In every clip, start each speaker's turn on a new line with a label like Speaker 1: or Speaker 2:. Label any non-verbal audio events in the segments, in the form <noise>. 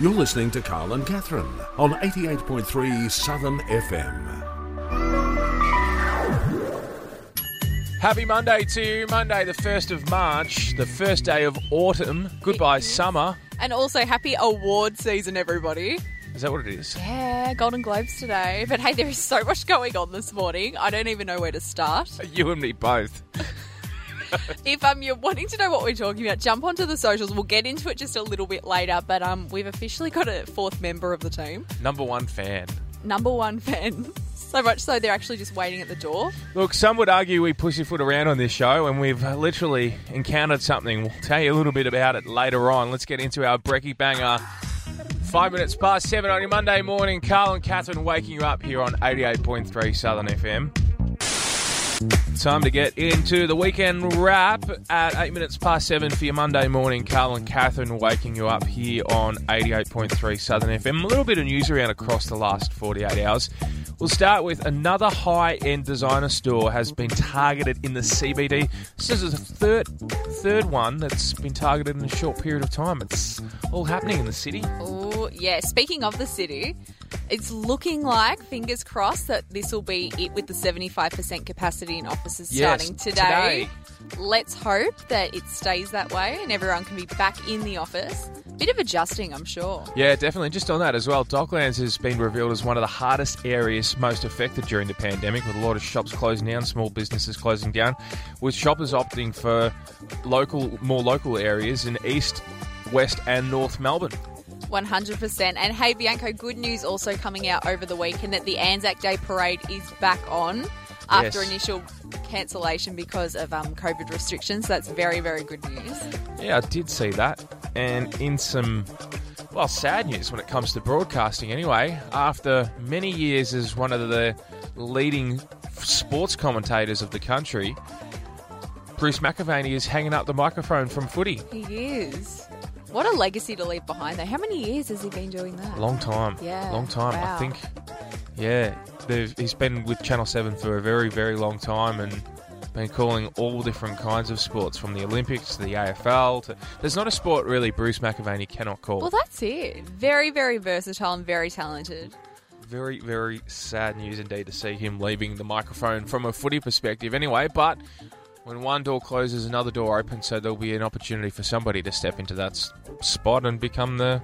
Speaker 1: You're listening to Carl and Catherine on 88.3 Southern FM.
Speaker 2: Happy Monday to you. Monday, the 1st of March, the first day of autumn. Goodbye, summer.
Speaker 3: And also, happy award season, everybody.
Speaker 2: Is that what it is?
Speaker 3: Yeah, Golden Globes today. But hey, there is so much going on this morning. I don't even know where to start.
Speaker 2: <laughs> You and me both.
Speaker 3: If um, you're wanting to know what we're talking about, jump onto the socials. We'll get into it just a little bit later. But um, we've officially got a fourth member of the team.
Speaker 2: Number one fan.
Speaker 3: Number one fan. So much so, they're actually just waiting at the door.
Speaker 2: Look, some would argue we pussyfoot around on this show, and we've literally encountered something. We'll tell you a little bit about it later on. Let's get into our brekkie banger. Five minutes past seven on your Monday morning. Carl and Catherine waking you up here on 88.3 Southern FM. Time to get into the weekend wrap at eight minutes past seven for your Monday morning. Carl and Catherine waking you up here on 88.3 Southern FM. A little bit of news around across the last 48 hours. We'll start with another high end designer store has been targeted in the CBD. This is the third, third one that's been targeted in a short period of time. It's all happening in the city.
Speaker 3: Oh, yeah. Speaking of the city, it's looking like, fingers crossed, that this will be it with the 75% capacity in offices
Speaker 2: Yes,
Speaker 3: starting today. Let's hope that it stays that way and everyone can be back in the office. Bit of adjusting, I'm sure.
Speaker 2: Yeah, definitely. Just on that as well, Docklands has been revealed as one of the hardest areas most affected during the pandemic, with a lot of shops closing down, small businesses closing down, with shoppers opting for local, more local areas in East, West, and North Melbourne.
Speaker 3: 100%. And hey, Bianco, good news also coming out over the weekend that the Anzac Day Parade is back on after
Speaker 2: Yes.
Speaker 3: initial cancellation because of um, COVID restrictions. That's very, very good news.
Speaker 2: Yeah, I did see that. And in some, well, sad news when it comes to broadcasting anyway, after many years as one of the leading sports commentators of the country, Bruce McAvaney is hanging up the microphone from footy.
Speaker 3: He is. What a legacy to leave behind, though. How many years has he been doing that?
Speaker 2: Long time.
Speaker 3: Yeah,
Speaker 2: Long time. I
Speaker 3: wow.
Speaker 2: think, yeah, they've- he's been with Channel 7 for a very, very long time and been calling all different kinds of sports from the Olympics to the AFL. To, there's not a sport really Bruce McAvaney cannot call.
Speaker 3: Well, that's it. Very, very versatile and very talented.
Speaker 2: very, very sad news indeed to see him leaving the microphone from a footy perspective anyway, but when one door closes, another door opens, so there'll be an opportunity for somebody to step into that s- spot and become the.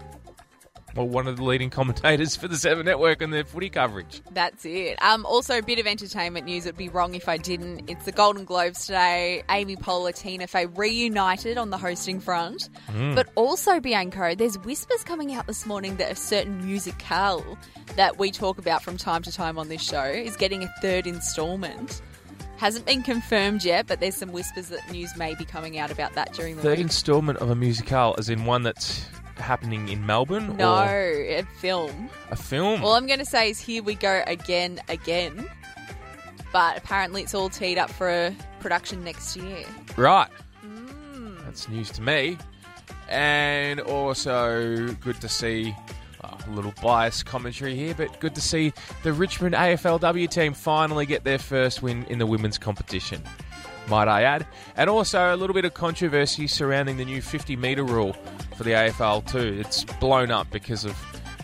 Speaker 2: Well, one of the leading <laughs> commentators for the Seven Network and their footy coverage.
Speaker 3: That's it. Um, also, a bit of entertainment news. It'd be wrong if I didn't. It's the Golden Globes today. Amy Poehler, Tina Fey reunited on the hosting front.
Speaker 2: Hmm.
Speaker 3: But also, Bianco, there's whispers coming out this morning that a certain musicale that we talk about from time to time on this show is getting a third instalment. Hasn't been confirmed yet, but there's some whispers that news may be coming out about that during the
Speaker 2: Third
Speaker 3: week.
Speaker 2: instalment of a musicale, as in one that's happening in Melbourne
Speaker 3: no,
Speaker 2: or
Speaker 3: a film.
Speaker 2: a film.
Speaker 3: All I'm going to say is here we go again, again. But apparently it's all teed up for a production next year.
Speaker 2: Right. That's news to me. And also, good to see oh, a little biased commentary here, but good to see the Richmond AFLW team finally get their first win in the women's competition. Might I add? And also a little bit of controversy surrounding the new 50 metre rule for the AFL, too. It's blown up because of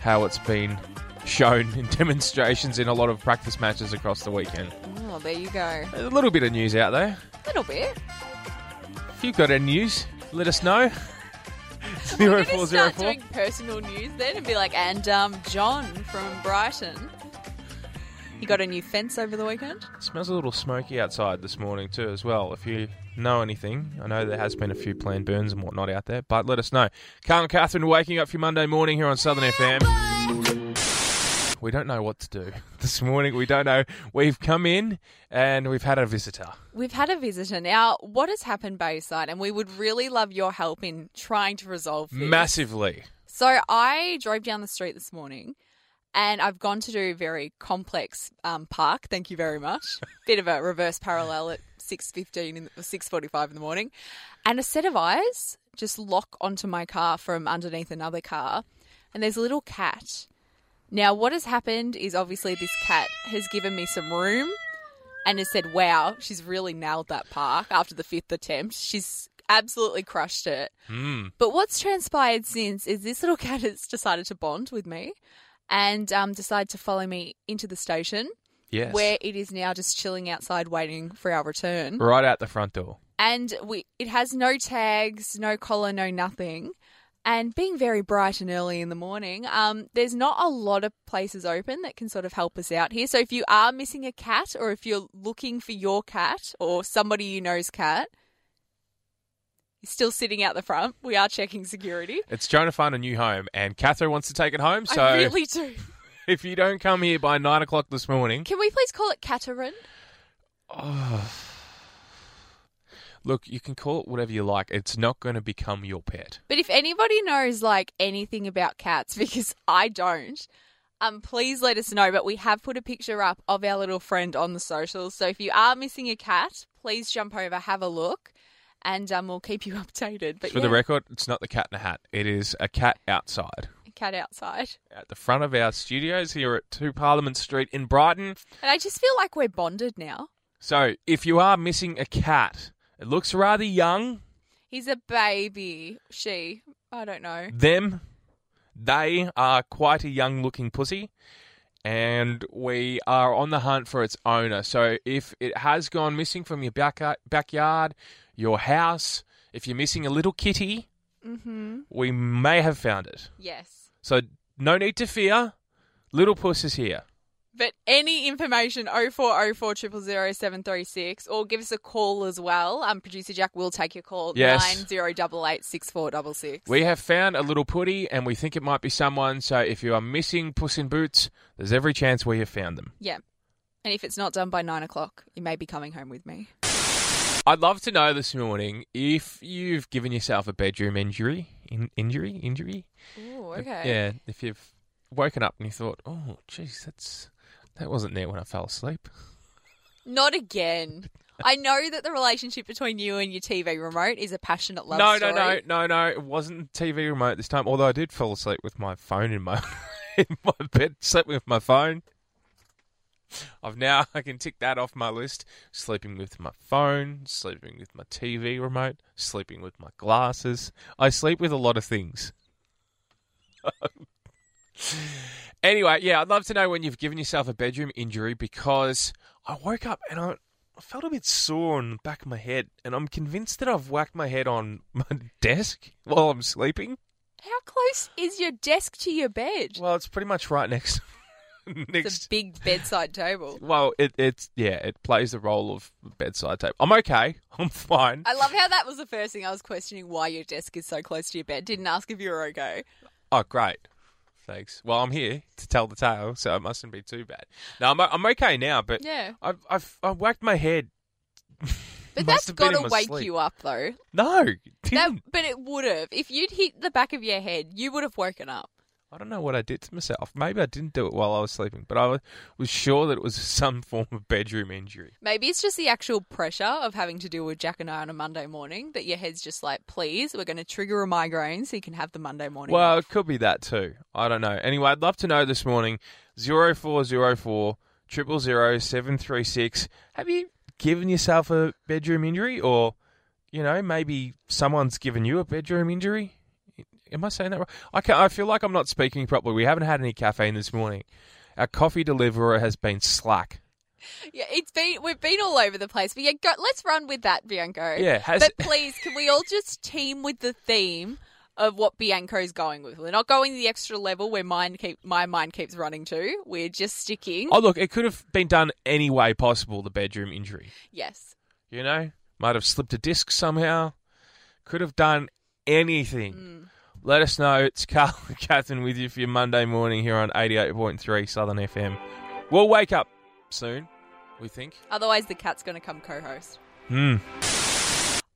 Speaker 2: how it's been shown in <laughs> demonstrations in a lot of practice matches across the weekend.
Speaker 3: Oh, there you go.
Speaker 2: A little bit of news out there.
Speaker 3: A little bit.
Speaker 2: If you've got any news, <laughs> let us know.
Speaker 3: We're going to start
Speaker 2: 0404.
Speaker 3: doing personal news then and be like, and um, John from Brighton. He got a new fence over the weekend.
Speaker 2: Smells a little smoky outside this morning, too, as well. If you know anything, I know there has been a few planned burns and whatnot out there, but let us know. Carl and Catherine waking up for your Monday morning here on Southern FM. We don't know what to do <laughs> this morning. We don't know. We've come in and we've had a visitor.
Speaker 3: We've had a visitor now. What has happened, Bayside? And we would really love your help in trying to resolve this.
Speaker 2: Massively.
Speaker 3: So I drove down the street this morning and I've gone to do a very complex um, park. Thank you very much. Bit of a reverse parallel at 6.15 in the, 6.45 in the morning. And a set of eyes just lock onto my car from underneath another car. And there's a little cat. Now what has happened is obviously this cat has given me some room and has said, wow, she's really nailed that park after the fifth attempt. She's absolutely crushed it. But what's transpired since is this little <laughs> cat has decided to bond with me and um, decide to follow me into the station
Speaker 2: Yes.
Speaker 3: where it is now just chilling outside waiting for our return.
Speaker 2: Right out the front door.
Speaker 3: And we, it has no tags, no collar, no nothing. And being very bright and early in the morning, um, there's not a lot of places open that can sort of help us out here. So if you are missing a cat, or if you're looking for your cat or somebody you know's cat, he's still sitting out the front. We are checking security.
Speaker 2: It's trying to find a new home, and Catherine wants to take it home. So
Speaker 3: I really do.
Speaker 2: <laughs> if you don't come here by nine o'clock this morning,
Speaker 3: Can we please call it Catherine?
Speaker 2: look, you can call it whatever you like. It's not going to become your pet.
Speaker 3: But if anybody knows like anything about cats, <laughs> because I don't, um, please let us know. But we have put a picture up of our little friend on the socials. So if you are missing a cat, please jump over, have a look, and um, we'll keep you <laughs> updated. But
Speaker 2: For the
Speaker 3: yeah,
Speaker 2: record, it's not the cat in a hat. It is a cat outside
Speaker 3: cat outside,
Speaker 2: at the front of our studios here at Two Parliament Street in Brighton.
Speaker 3: and I just feel like we're bonded now.
Speaker 2: So if you are missing a cat, it looks rather young.
Speaker 3: He's a baby. She, I don't know.
Speaker 2: Them, they are quite a young looking pussy. And we are on the hunt for its owner. So if it has gone missing from your backyard, backyard your house, if you're missing a little kitty,
Speaker 3: Mm-hmm.
Speaker 2: we may have found it.
Speaker 3: Yes.
Speaker 2: So no need to fear. Little Puss is here.
Speaker 3: But any information, 0404 736 or give us a call as well. Um, Producer Jack will take your call,
Speaker 2: Yes.
Speaker 3: 9088 6466.
Speaker 2: We have found a little putty and we think it might be someone. So if you are missing Puss in Boots, there's every chance we have found them.
Speaker 3: Yeah. And if it's not done by 9 o'clock, you may be coming home with me.
Speaker 2: I'd love to know this morning if you've given yourself a bedroom injury. In- injury? Injury?
Speaker 3: Ooh,
Speaker 2: Yeah. If you've woken up and you thought, oh, jeez, that's. That wasn't there when I fell asleep.
Speaker 3: Not again. I know that the relationship between you and your TV remote is a passionate love
Speaker 2: no,
Speaker 3: story.
Speaker 2: no, no, no, no. It wasn't the TV remote this time. Although I did fall asleep with my phone in my <laughs> in my bed. Slept with my phone. I've now <laughs> I can tick that off my list. Sleeping with my phone, sleeping with my TV remote, sleeping with my glasses. I sleep with a lot of things. anyway, yeah, I'd love to know when you've given yourself a bedroom injury because I woke up and I, I felt a bit sore on the back of my head, and I'm convinced that I've whacked my head on <laughs> my desk while I'm sleeping.
Speaker 3: How close is your desk to your bed?
Speaker 2: Well, it's pretty much right next <laughs> next
Speaker 3: It's a big
Speaker 2: <laughs>
Speaker 3: bedside table.
Speaker 2: Well, it, it's yeah, it plays the role of bedside tape. I'm okay. <laughs> I'm fine.
Speaker 3: I love how that was the first thing I was questioning why your desk is so close to your bed. Didn't ask if you were okay.
Speaker 2: Oh, great. Thanks. Well, I'm here to tell the tale, so it mustn't be too bad. No, I'm I'm okay now, but
Speaker 3: Yeah.
Speaker 2: I've I've I whacked my head. <laughs> Must
Speaker 3: But that's
Speaker 2: have been
Speaker 3: got
Speaker 2: in
Speaker 3: to
Speaker 2: my
Speaker 3: wake
Speaker 2: sleep.
Speaker 3: you up, though.
Speaker 2: No, it
Speaker 3: That,
Speaker 2: didn't.
Speaker 3: but it would have. If you'd hit the back of your head, you would have woken up.
Speaker 2: I don't know what I did to myself. Maybe I didn't do it while I was sleeping, but I wa- was sure that it was <laughs> some form of bedroom injury.
Speaker 3: Maybe it's just the actual pressure of having to deal with Jack and I on a Monday morning that your head's just like, please, we're going to trigger a migraine so you can have the Monday morning.
Speaker 2: Well,
Speaker 3: off."
Speaker 2: it could be that too. I don't know. Anyway, I'd love to know this morning 0404 triple zero seven three six. Have you given yourself a bedroom injury or, you know, maybe someone's given you a bedroom injury? Am I saying that right? I, can't, I feel like I'm not speaking properly. We haven't had any caffeine this morning. Our coffee deliverer has been slack.
Speaker 3: yeah, it's been we've been all over the place, but yeah, go, let's run with that, Bianco.
Speaker 2: Yeah, has- <laughs>
Speaker 3: but please, can we all just team with the theme? Of what Bianco's going with. We're not going the extra level where mine keep my mind keeps running to. We're just sticking.
Speaker 2: Oh, look, it could have been done any way possible, the bedroom injury.
Speaker 3: Yes.
Speaker 2: You know, might have slipped a disc somehow. Could have done anything.
Speaker 3: Hmm.
Speaker 2: Let us know. It's Carl <laughs> and Catherine with you for your Monday morning here on 88.3 Southern FM. We'll wake up soon, we think.
Speaker 3: Otherwise, the cat's going to come co-host.
Speaker 2: Hmm.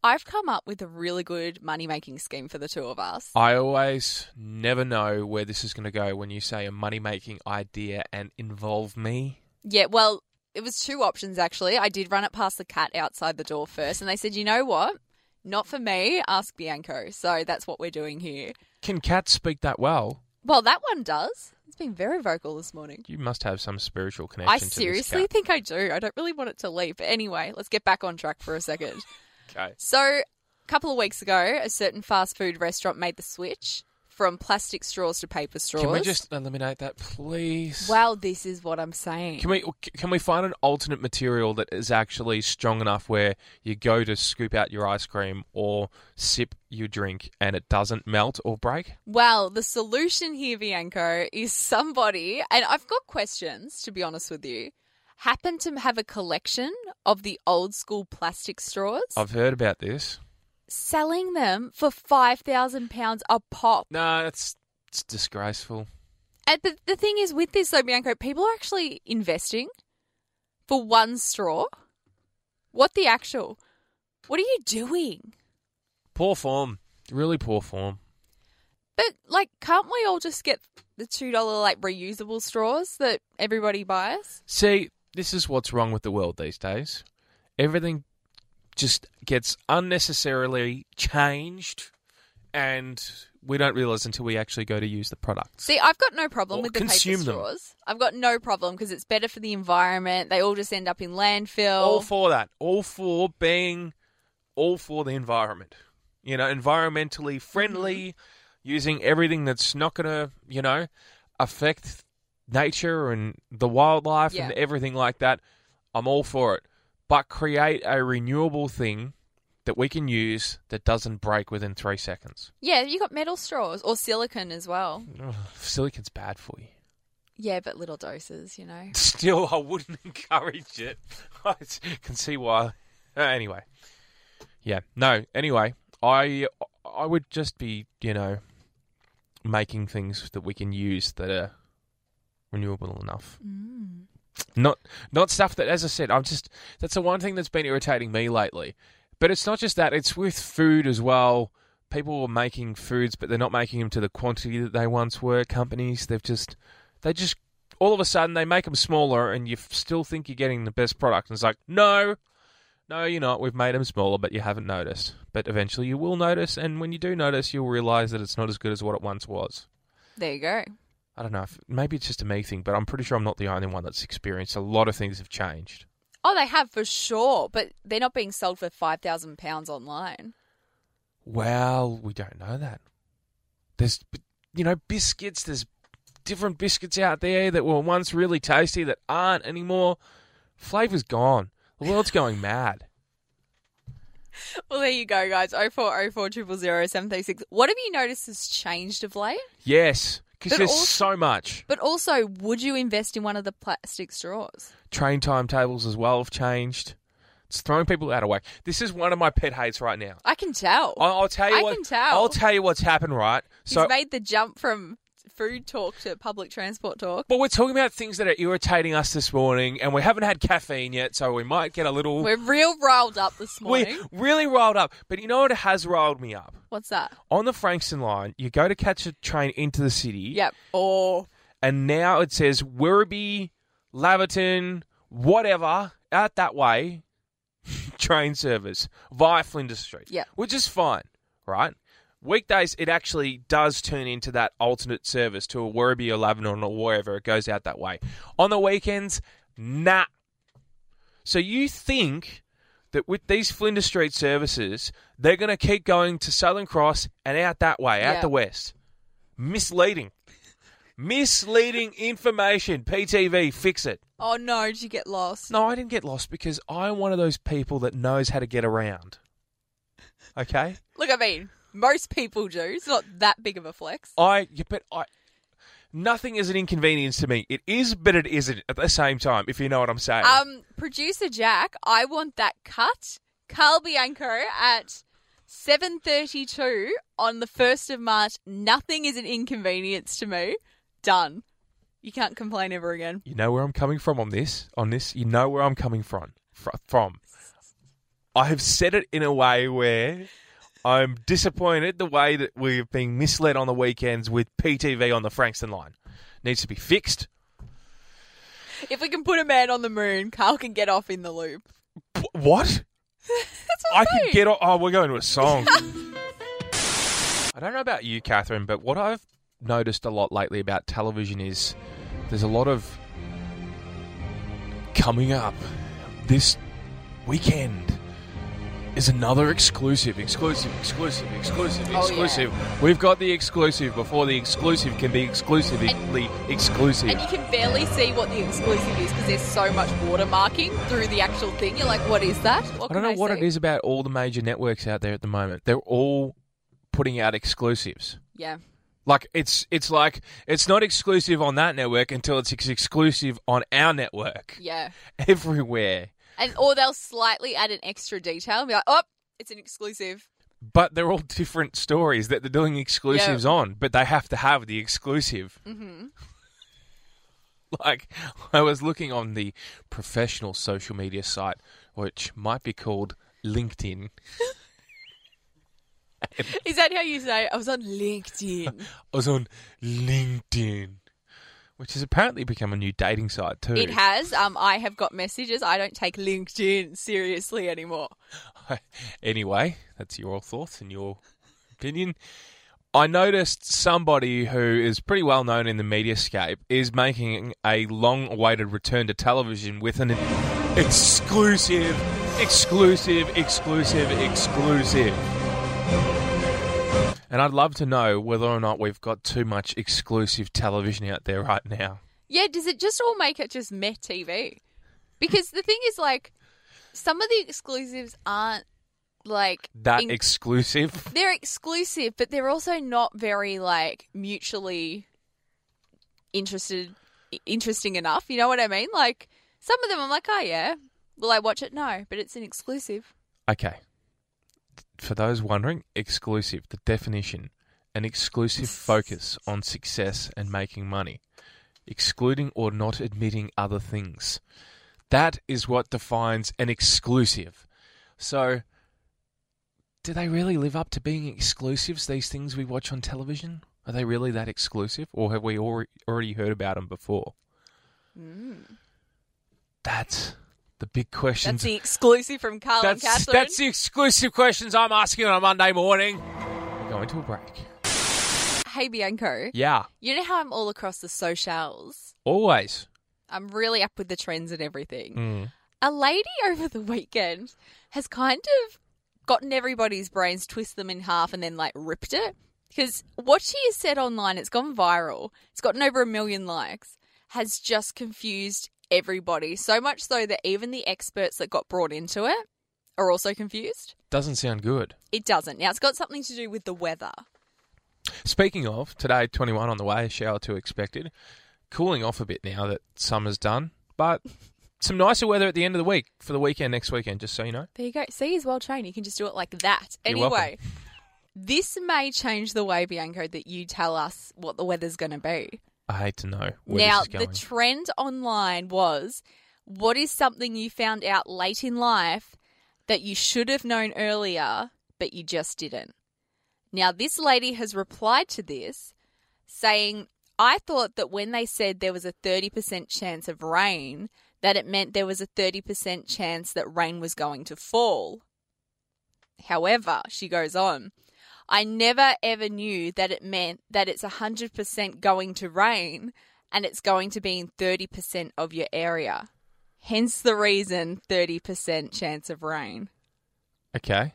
Speaker 3: I've come up with a really good money-making scheme for the two of us.
Speaker 2: I always never know where this is going to go when you say a money making idea and involve me.
Speaker 3: Yeah, well, it was two options actually. I did run it past the cat outside the door first, and they said, "You know what? Not for me. Ask Bianco." So that's what we're doing here.
Speaker 2: Can cats speak that well?
Speaker 3: Well, that one does. It's been very vocal this morning.
Speaker 2: You must have some spiritual connection
Speaker 3: I
Speaker 2: to this
Speaker 3: seriously
Speaker 2: cat.
Speaker 3: think I do. I don't really want it to leave. But anyway, let's get back on track for a second.
Speaker 2: Okay.
Speaker 3: So, couple of weeks ago, a certain fast food restaurant made the switch from plastic straws to paper straws.
Speaker 2: Can we just eliminate that, please?
Speaker 3: Well, this is what I'm saying.
Speaker 2: Can we can we find an alternate material that is actually strong enough where you go to scoop out your ice cream or sip your drink and it doesn't melt or break?
Speaker 3: Well, the solution here, Bianco, is somebody, and I've got questions to be honest with you. Happen to have a collection of the old school plastic straws,
Speaker 2: I've heard about this.
Speaker 3: selling them for five thousand pounds a pop.
Speaker 2: No, it's it's disgraceful.
Speaker 3: And the, the thing is, with this though, Bianco, people are actually investing for one straw. What the actual? What are you doing?
Speaker 2: Poor form. Really poor form.
Speaker 3: But like, can't we all just get the two dollar like reusable straws that everybody buys?
Speaker 2: See, this is what's wrong with the world these days. Everything just gets unnecessarily changed, and we don't realize until we actually go to use the products.
Speaker 3: See, I've got no problem
Speaker 2: Or
Speaker 3: with the
Speaker 2: consume
Speaker 3: paper
Speaker 2: them.
Speaker 3: straws. I've got no problem because it's better for the environment. They all just end up in landfill.
Speaker 2: all for that. All for being, all for the environment. You know, environmentally friendly, using everything that's not going to, you know, affect nature and the wildlife and
Speaker 3: Yeah.
Speaker 2: everything like that. I'm all for it. But create a renewable thing that we can use that doesn't break within three seconds.
Speaker 3: yeah, you got metal straws or silicon as well.
Speaker 2: Ugh, silicon's bad for you.
Speaker 3: Yeah, but little doses, you
Speaker 2: <laughs>
Speaker 3: know.
Speaker 2: Still, I wouldn't encourage it. <laughs> I s- can see why. Uh, Anyway, yeah, no. Anyway, I I would just be you know making things that we can use that are renewable enough. Not not stuff that, as I said, I'm just that's the one thing that's been irritating me lately. But it's not just that; it's with food as well. People are making foods, but they're not making them to the quantity that they once were. Companies, they've just they just all of a sudden they make them smaller and you f- still think you're getting the best product and it's like no no you're not we've made them smaller but you haven't noticed but eventually you will notice and when you do notice you'll realize that it's not as good as what it once was
Speaker 3: There you go.
Speaker 2: i don't know if, maybe it's just a me thing but i'm pretty sure i'm not the only one that's experienced a lot of things have changed
Speaker 3: Oh, they have for sure, but they're not being sold for five thousand pounds online.
Speaker 2: well we don't know that there's b- you know biscuits there's different biscuits out there that were once really tasty that aren't anymore flavor's gone the world's going mad
Speaker 3: Well, there you go, guys. Oh four oh four triple zero seven thirty six. What have you noticed has changed of late?
Speaker 2: Yes, because
Speaker 3: But
Speaker 2: there's
Speaker 3: also-
Speaker 2: so much.
Speaker 3: But also, would you invest in one of the plastic straws?
Speaker 2: Train timetables as well have changed. It's throwing people out of whack. This is one of my pet hates right now.
Speaker 3: I can tell.
Speaker 2: I- I'll tell you
Speaker 3: I
Speaker 2: what.
Speaker 3: can tell.
Speaker 2: I'll tell you what's happened, right?
Speaker 3: He's made the jump from food talk to public transport talk.
Speaker 2: but we're talking about things that are irritating us this morning, and we haven't had caffeine yet, so we might get a little.
Speaker 3: We're real riled up this morning.
Speaker 2: we really riled up. But you know what has riled me up?
Speaker 3: What's that?
Speaker 2: On the Frankston line, you go to catch a train into the city.
Speaker 3: Yep. Or
Speaker 2: and now it says Werribee, Laverton, whatever, out that way, <laughs> train service via Flinders Street.
Speaker 3: Yeah.
Speaker 2: Which is fine, right? Weekdays, it actually does turn into that alternate service to a Werribee or Laverton or wherever it goes out that way. On the weekends, nah. So you think that with these Flinders Street services, they're going to keep going to Southern Cross and out that way, out
Speaker 3: Yeah.
Speaker 2: the west. Misleading. Misleading information. PTV, fix it.
Speaker 3: oh no, did you get lost?
Speaker 2: No, I didn't get lost because I'm one of those people that knows how to get around. Okay?
Speaker 3: Look, I mean, most people do. It's not that big of a flex.
Speaker 2: I, yeah, but I, nothing is an inconvenience to me. It is, but it isn't at the same time, if you know what I'm saying.
Speaker 3: Um, producer Jack, I want that cut. Carl Bianco at seven thirty-two on the first of March. Nothing is an inconvenience to me. Done. You can't complain ever again.
Speaker 2: you know where I'm coming from on this, on this. You know where I'm coming from. fr- From. I have said it in a way where I'm disappointed the way that we've been misled on the weekends with PTV on the Frankston line. Needs to be fixed.
Speaker 3: If we can put a man on the moon, Carl can get off in the loop.
Speaker 2: Wh- What?
Speaker 3: <laughs> That's what
Speaker 2: I
Speaker 3: I'm
Speaker 2: can
Speaker 3: saying.
Speaker 2: get. o- Oh, we're going to a
Speaker 3: <laughs>
Speaker 2: song. I don't know about you, Catherine, but what I've noticed a lot lately about television is there's a lot of coming up this weekend. is another exclusive, exclusive, exclusive, exclusive,
Speaker 3: Oh, yeah.
Speaker 2: exclusive. We've got the exclusive before the exclusive can be exclusively exclusive.
Speaker 3: And you can barely see what the exclusive is because there's so much watermarking through the actual thing. You're like, what is that? What
Speaker 2: I don't
Speaker 3: can
Speaker 2: know what
Speaker 3: see?
Speaker 2: it is about all the major networks out there at the moment. They're all putting out exclusives.
Speaker 3: Yeah.
Speaker 2: Like it's it's like it's not exclusive on that network until it's ex- exclusive on our network.
Speaker 3: Yeah.
Speaker 2: Everywhere.
Speaker 3: And or they'll slightly add an extra detail and be like, oh, it's an exclusive. <laughs>
Speaker 2: But they're all different stories that they're doing exclusives on, but they have to have the exclusive. Mm-hmm. <laughs> like, I was looking on the professional social media site, which might be called LinkedIn.
Speaker 3: Is that how you say? it? I was
Speaker 2: <laughs>
Speaker 3: on LinkedIn.
Speaker 2: I was on LinkedIn, which has apparently become a new dating site, too.
Speaker 3: it has. Um, I have got messages. I don't take LinkedIn seriously anymore.
Speaker 2: <laughs> anyway, that's your thoughts and your opinion. I noticed somebody who is pretty well known in the mediascape is making a long awaited return to television with an exclusive, exclusive, exclusive, exclusive. And I'd love to know whether or not we've got too much exclusive television out there right now.
Speaker 3: Yeah, does it just all make it just meh TV? Because the thing is, like, some of the exclusives aren't like
Speaker 2: That
Speaker 3: in-
Speaker 2: exclusive.
Speaker 3: they're exclusive, but they're also not very like mutually interested, i- interesting enough. You know what I mean? Like some of them, I'm like, oh yeah, will I watch it? No, but it's an exclusive.
Speaker 2: Okay. For those wondering, exclusive, the definition an exclusive focus on success and making money, excluding or not admitting other things. That is what defines an exclusive. So, do they really live up to being exclusives, these things we watch on television? Are they really that exclusive, or have we alre- already heard about them before? That's the big question
Speaker 3: That's the exclusive from Carl
Speaker 2: that's,
Speaker 3: and Catherine.
Speaker 2: that's the exclusive questions I'm asking on a Monday morning. We're going to a break.
Speaker 3: hey Bianco,
Speaker 2: Yeah,
Speaker 3: you know how I'm all across the socials.
Speaker 2: always.
Speaker 3: I'm really up with the trends and everything.
Speaker 2: Mm.
Speaker 3: a lady over the weekend has kind of gotten everybody's brains, twist them in half, and then like ripped it. Because what she has said online, it's gone viral, it's gotten over a million likes, has just confused everybody. So much so that even the experts that got brought into it are also confused.
Speaker 2: Doesn't sound good.
Speaker 3: It doesn't. Now, it's got something to do with the weather.
Speaker 2: Speaking of, today 21 on the way, shower to expected. Cooling off a bit now that summer's done, but some nicer weather at the end of the week for the weekend next weekend, just so you know.
Speaker 3: There you go. See, he's well trained. You can just do it like that.
Speaker 2: You're
Speaker 3: Anyway, this may change the way, Bianco, that you tell us what the weather's going to be.
Speaker 2: I hate to know where
Speaker 3: now,
Speaker 2: this is going.
Speaker 3: the trend online was what is something you found out late in life that you should have known earlier, but you just didn't? Now, this lady has replied to this saying, I thought that when they said there was a 30% chance of rain, that it meant there was a 30% chance that rain was going to fall. However, she goes on, I never ever knew that it meant that it's 100% going to rain and it's going to be in 30% of your area. Hence the reason 30% chance of rain.
Speaker 2: okay.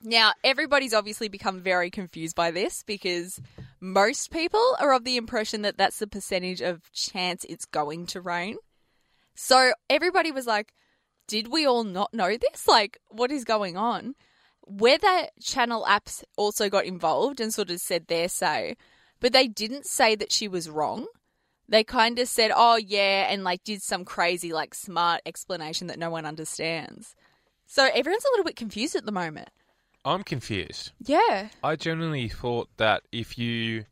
Speaker 3: Now, everybody's obviously become very confused by this because most people are of the impression that that's the percentage of chance it's going to rain. So everybody was like, did we all not know this? Like, what is going on? Weather channel apps also got involved and sort of said their say, but they didn't say that she was wrong. They kind of said, oh, yeah, and like did some crazy, like smart explanation that no one understands. So everyone's a little bit confused at the moment.
Speaker 2: I'm confused.
Speaker 3: Yeah.
Speaker 2: I generally thought that if you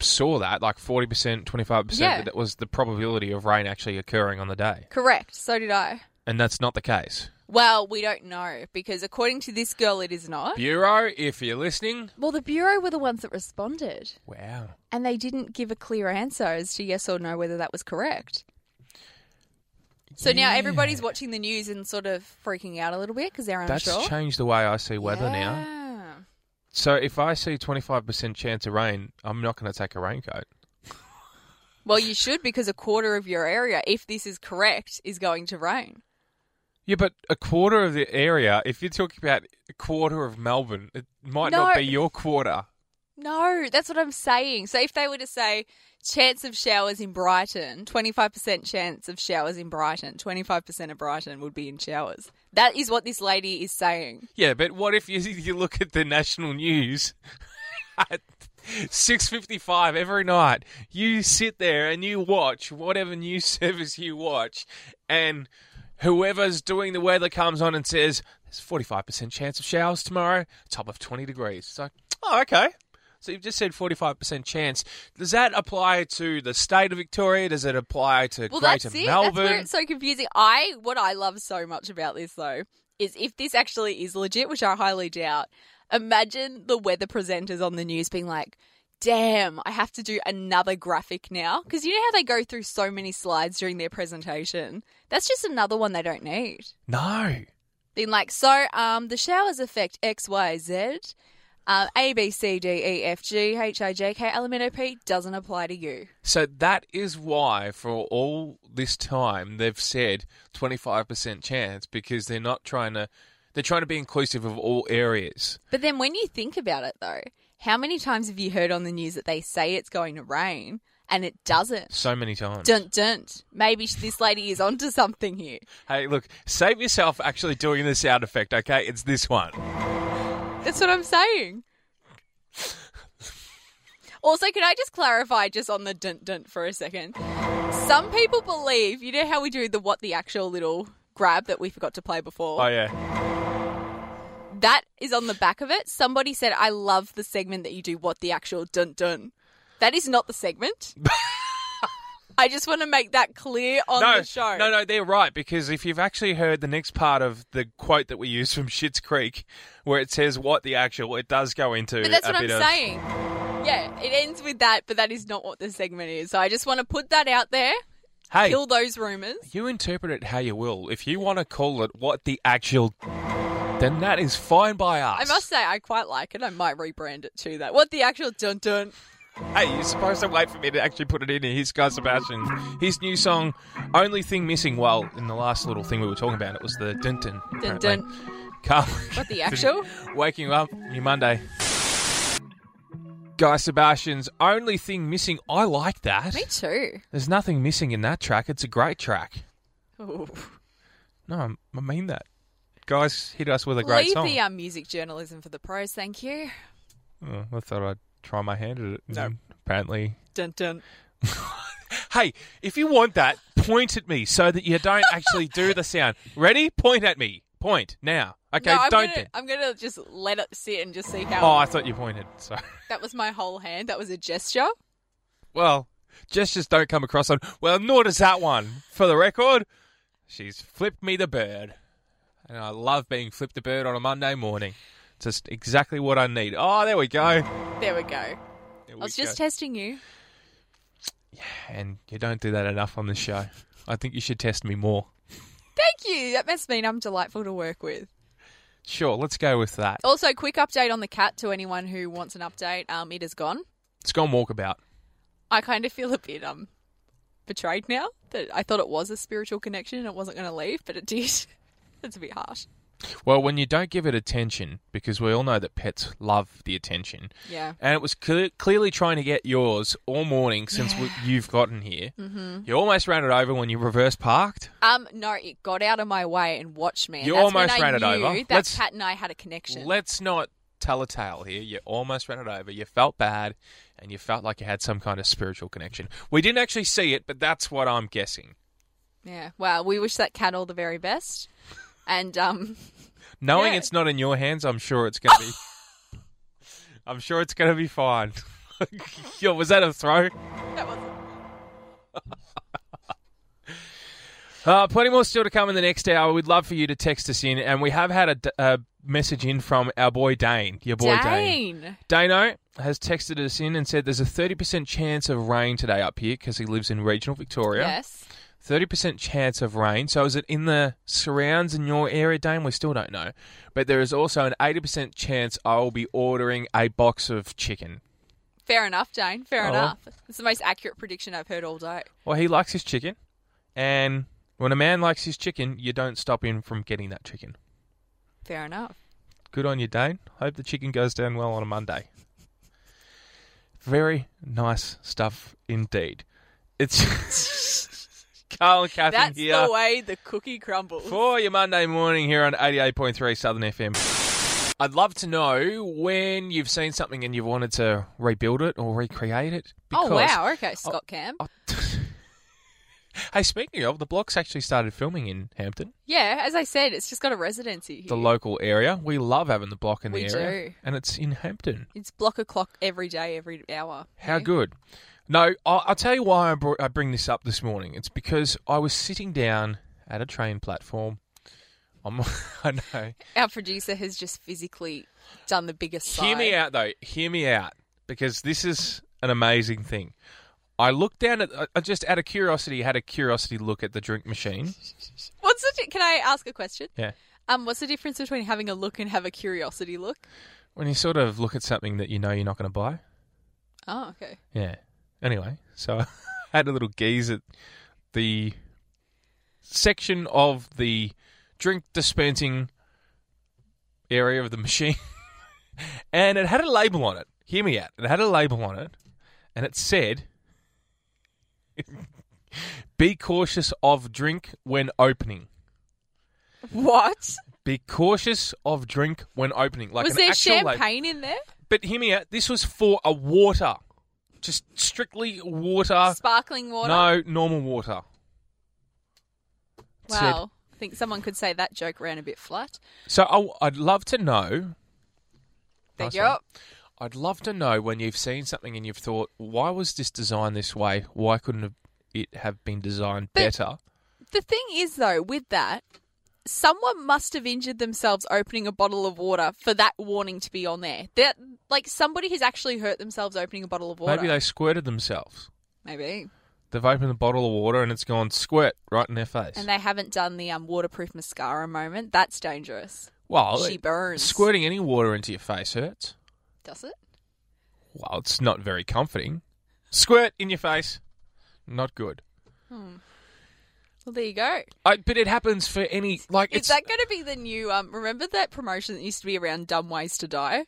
Speaker 2: saw that, like 40%, 25%,
Speaker 3: Yeah.
Speaker 2: that it was the probability of rain actually occurring on the day.
Speaker 3: Correct. So did I.
Speaker 2: And that's not the case.
Speaker 3: Well, we don't know because according to this girl, it is not.
Speaker 2: Bureau, if you're listening.
Speaker 3: Well, the Bureau were the ones that responded
Speaker 2: Wow.
Speaker 3: and they didn't give a clear answer as to yes or no whether that was correct. So now
Speaker 2: Yeah.
Speaker 3: everybody's watching the news and sort of freaking out a little bit because they're
Speaker 2: That's
Speaker 3: unsure.
Speaker 2: changed the way I see weather now.
Speaker 3: Yeah.
Speaker 2: So if I see 25% chance of rain, I'm not going to take a raincoat.
Speaker 3: Well, you should because a quarter of your area, if this is correct, is going to rain.
Speaker 2: Yeah, but a quarter of the area, if you're talking about a quarter of Melbourne, it might
Speaker 3: No.
Speaker 2: not be your quarter.
Speaker 3: No, that's what I'm saying. So if they were to say chance of showers in Brighton, 25% chance of showers in Brighton, 25% of Brighton would be in showers. That is what this lady is saying.
Speaker 2: Yeah, but what if you, <laughs> you look at the national news <laughs> at 6.55 every night, you sit there and you watch whatever news <laughs> service you watch, and whoever's doing the weather comes on and says, there's 45% chance of showers tomorrow, top of 20 degrees. It's like, oh, okay. So you've just said 45% chance. Does that apply to the state of Victoria? Does it apply to
Speaker 3: Well,
Speaker 2: Greater
Speaker 3: that's it.
Speaker 2: Melbourne?
Speaker 3: That's where it's so confusing. I what I love so much about this though is if this actually is legit, which I highly doubt. Imagine the weather presenters on the news being like, "Damn, I have to do another graphic now." Because you know how they go through so many slides during their presentation. That's just another one they don't need.
Speaker 2: no.
Speaker 3: Being like, so um, the showers affect X, Y, Z. Um, A, B, C, D, E, F, G, H, I, J, K, L, M, N, O, P doesn't apply to you.
Speaker 2: So that is why, for all this time, they've said 25% chance because they're not trying to, they're trying to be inclusive of all areas.
Speaker 3: But then when you think about it, though, how many times have you heard on the news that they say it's going to rain and it doesn't?
Speaker 2: So many times.
Speaker 3: Dun dun. Maybe sh- this lady is onto something here.
Speaker 2: Hey, look, save yourself actually doing the sound effect, okay? It's this one.
Speaker 3: That's what I'm saying. Also, can I just clarify just on the dun dun for a second? Some people believe, you know how we do the what the actual little grab that we forgot to play before?
Speaker 2: Oh, yeah.
Speaker 3: That is on the back of it. Somebody said, I love the segment that you do what the actual dun dun. That is not
Speaker 2: <laughs>
Speaker 3: the segment. I just want to make that clear on
Speaker 2: no,
Speaker 3: the show.
Speaker 2: no, no, they're right because if you've actually heard the next part of the quote that we use from Schitt's Creek, where it says what the actual, it does go into
Speaker 3: But that's
Speaker 2: a
Speaker 3: what I'm
Speaker 2: bit of.
Speaker 3: saying. Yeah, it ends with that, but that is not what the segment is. So I just want to put that out there.
Speaker 2: Hey,
Speaker 3: Kill those rumors.
Speaker 2: You interpret it how you will. If you want to call it what the actual, then that is fine by
Speaker 3: I
Speaker 2: us.
Speaker 3: must say, I quite like it. I might rebrand it to that. What the actual dun dun?
Speaker 2: Hey, you're supposed to wait for me to actually put it in here. Here's Guy Sebastian. His new song, Only Thing Missing. Well, in the last little thing we were talking about, it was the dun dun.
Speaker 3: Dun
Speaker 2: apparently.
Speaker 3: dun.
Speaker 2: Carl- <laughs>
Speaker 3: What the actual?
Speaker 2: Waking you up, your Monday. Guy Sebastian's Only Thing Missing. I like that.
Speaker 3: Me too.
Speaker 2: There's nothing missing in that track. It's a great track.
Speaker 3: Ooh.
Speaker 2: No, I'm- I mean that. Guys hit us with a great
Speaker 3: Leave
Speaker 2: song.
Speaker 3: the uh, music journalism for the pros, thank you.
Speaker 2: Oh, I thought I'd try my hand at it.
Speaker 3: No.
Speaker 2: And Apparently.
Speaker 3: Dun dun.
Speaker 2: Hey, if you want that, point at me so that you don't actually do the sound. Ready? Point at me. Point now. Okay,
Speaker 3: no, I'm
Speaker 2: don't
Speaker 3: gonna,
Speaker 2: then.
Speaker 3: I'm gonna just let it sit and just see
Speaker 2: Oh,
Speaker 3: how.
Speaker 2: I thought you pointed. So, <laughs>
Speaker 3: that was my whole hand. That was a gesture.
Speaker 2: well, gestures don't come across on. Well, nor does that one. For the record, she's flipped me the bird, and I love being flipped the bird on a Monday morning. Just exactly what I need. Oh, there we go.
Speaker 3: There we go. I
Speaker 2: There we
Speaker 3: was
Speaker 2: go.
Speaker 3: just testing you.
Speaker 2: and you don't do that enough on this show. I think you should test me more.
Speaker 3: Thank you. That must mean I'm delightful to work with.
Speaker 2: Sure, let's go with that.
Speaker 3: Also, quick update on the cat to anyone who wants an update. Um, it is gone.
Speaker 2: It's gone walkabout.
Speaker 3: I kind of feel a bit um betrayed now that I thought it was a spiritual connection and it wasn't going to leave, but it did. <laughs> That's a bit harsh.
Speaker 2: Well, when you don't give it attention, because we all know that pets love the attention,
Speaker 3: Yeah.
Speaker 2: and it was cle clearly trying to get yours all morning since we, you've gotten here. Mm-hmm. You almost ran it over when you reverse parked.
Speaker 3: Um, no, it got out of my way and watched me. And
Speaker 2: You
Speaker 3: that's
Speaker 2: almost
Speaker 3: when I
Speaker 2: ran it
Speaker 3: knew
Speaker 2: over.
Speaker 3: That
Speaker 2: Let's-
Speaker 3: cat and I had a connection.
Speaker 2: Let's not tell a tale here. You almost ran it over. You felt bad, and you felt like you had some kind of spiritual connection. We didn't actually see it, but that's what I'm guessing.
Speaker 3: yeah. Well, we wish that cat all the very best. And um,
Speaker 2: Knowing
Speaker 3: Yeah.
Speaker 2: it's not in your hands, I'm sure it's going to be.
Speaker 3: <laughs>
Speaker 2: I'm sure it's going to be fine. <laughs> Yo, was that a throw?
Speaker 3: that was
Speaker 2: Uh, plenty more still to come in the next hour. We'd love for you to text us in, and we have had a, d- a message in from our boy Dane. Your boy Dane.
Speaker 3: Dane.
Speaker 2: Dano has texted us in and said there's a 30% chance of rain today up here because he lives in regional Victoria.
Speaker 3: Yes.
Speaker 2: 30% chance of rain. So is it in the surrounds in your area, Dane? We still don't know. But there is also an 80% chance I will be ordering a box of chicken.
Speaker 3: Fair enough, Dane. Fair
Speaker 2: Oh.
Speaker 3: enough. It's the most accurate prediction I've heard all day.
Speaker 2: Well, he likes his chicken, and When a man likes his chicken, you don't stop him from getting that chicken.
Speaker 3: Fair enough.
Speaker 2: Good on you, Dane. Hope the chicken goes down well on a Monday. Very nice stuff indeed. It's <laughs> Carl and Catherine
Speaker 3: That's
Speaker 2: here
Speaker 3: the way the cookie crumbles.
Speaker 2: uh, for your Monday morning here on 88.3 Southern FM. I'd love to know when you've seen something and you've wanted to rebuild it or recreate it.
Speaker 3: oh
Speaker 2: because-
Speaker 3: wow, okay, Scott Cam.
Speaker 2: Oh, hey, speaking of, the block's actually started filming in Hampton,
Speaker 3: yeah, as I said, it's just got a residency here.
Speaker 2: the local area. We love having the block in the
Speaker 3: We
Speaker 2: area.
Speaker 3: do.
Speaker 2: And it's in Hampton.
Speaker 3: it's block o'clock every day, every hour.
Speaker 2: How
Speaker 3: Yeah.
Speaker 2: good. No, I'll, I'll tell you why I, br- I bring this up this morning. It's because I was sitting down at a train platform. I'm, <laughs> I know.
Speaker 3: Our producer has just physically done the biggest sigh.
Speaker 2: Hear me out, though. Hear me out, because this is an amazing thing. I looked down at, I- I just out of curiosity, had a curiosity look at the drink
Speaker 3: <laughs>
Speaker 2: machine.
Speaker 3: What's the? Di- can I ask a question?
Speaker 2: Yeah.
Speaker 3: Um, what's the difference between having a look and have a curiosity look?
Speaker 2: When you sort of look at something that you know you're not going to buy.
Speaker 3: Oh, okay.
Speaker 2: Yeah. Anyway, so <laughs> I had a little gaze at the section of the drink dispensing area of the machine, <laughs> and it had a label on it. Hear me out. It had a label on it, and it said, <laughs> "Be cautious of drink when opening."
Speaker 3: What
Speaker 2: Be cautious of drink when opening. Like
Speaker 3: was
Speaker 2: an
Speaker 3: there
Speaker 2: actual label.
Speaker 3: champagne in there?
Speaker 2: But hear me out. This was for a water, just strictly water.
Speaker 3: Sparkling water.
Speaker 2: Uh, No, normal water. It said-
Speaker 3: Wow. I think someone could say that joke ran a bit flat.
Speaker 2: So I, would love to know.
Speaker 3: Thank
Speaker 2: Nice
Speaker 3: you.
Speaker 2: one. I'd love to know when you've seen something and you've thought, "Why was this designed this way? Why couldn't have- it have been designed
Speaker 3: But-
Speaker 2: better?"
Speaker 3: The thing is, though, with that, someone must have injured themselves opening a bottle of water for that warning to be on there. That like somebody has actually hurt themselves opening a bottle of water.
Speaker 2: Maybe they squirted themselves.
Speaker 3: Maybe.
Speaker 2: They've opened a bottle of water and it's gone squirt right in their face.
Speaker 3: And they haven't done the um, waterproof mascara moment. That's dangerous.
Speaker 2: well,
Speaker 3: she
Speaker 2: it-
Speaker 3: burns.
Speaker 2: squirting any water into your face hurts.
Speaker 3: Does it?
Speaker 2: Well, it's not very comforting. Squirt in your face, not good.
Speaker 3: Well, there you go.
Speaker 2: I, but it happens for any like
Speaker 3: Is
Speaker 2: it's
Speaker 3: that going to be the new? Um, remember that promotion that used to be around Dumb Ways
Speaker 2: <laughs>
Speaker 3: to Die?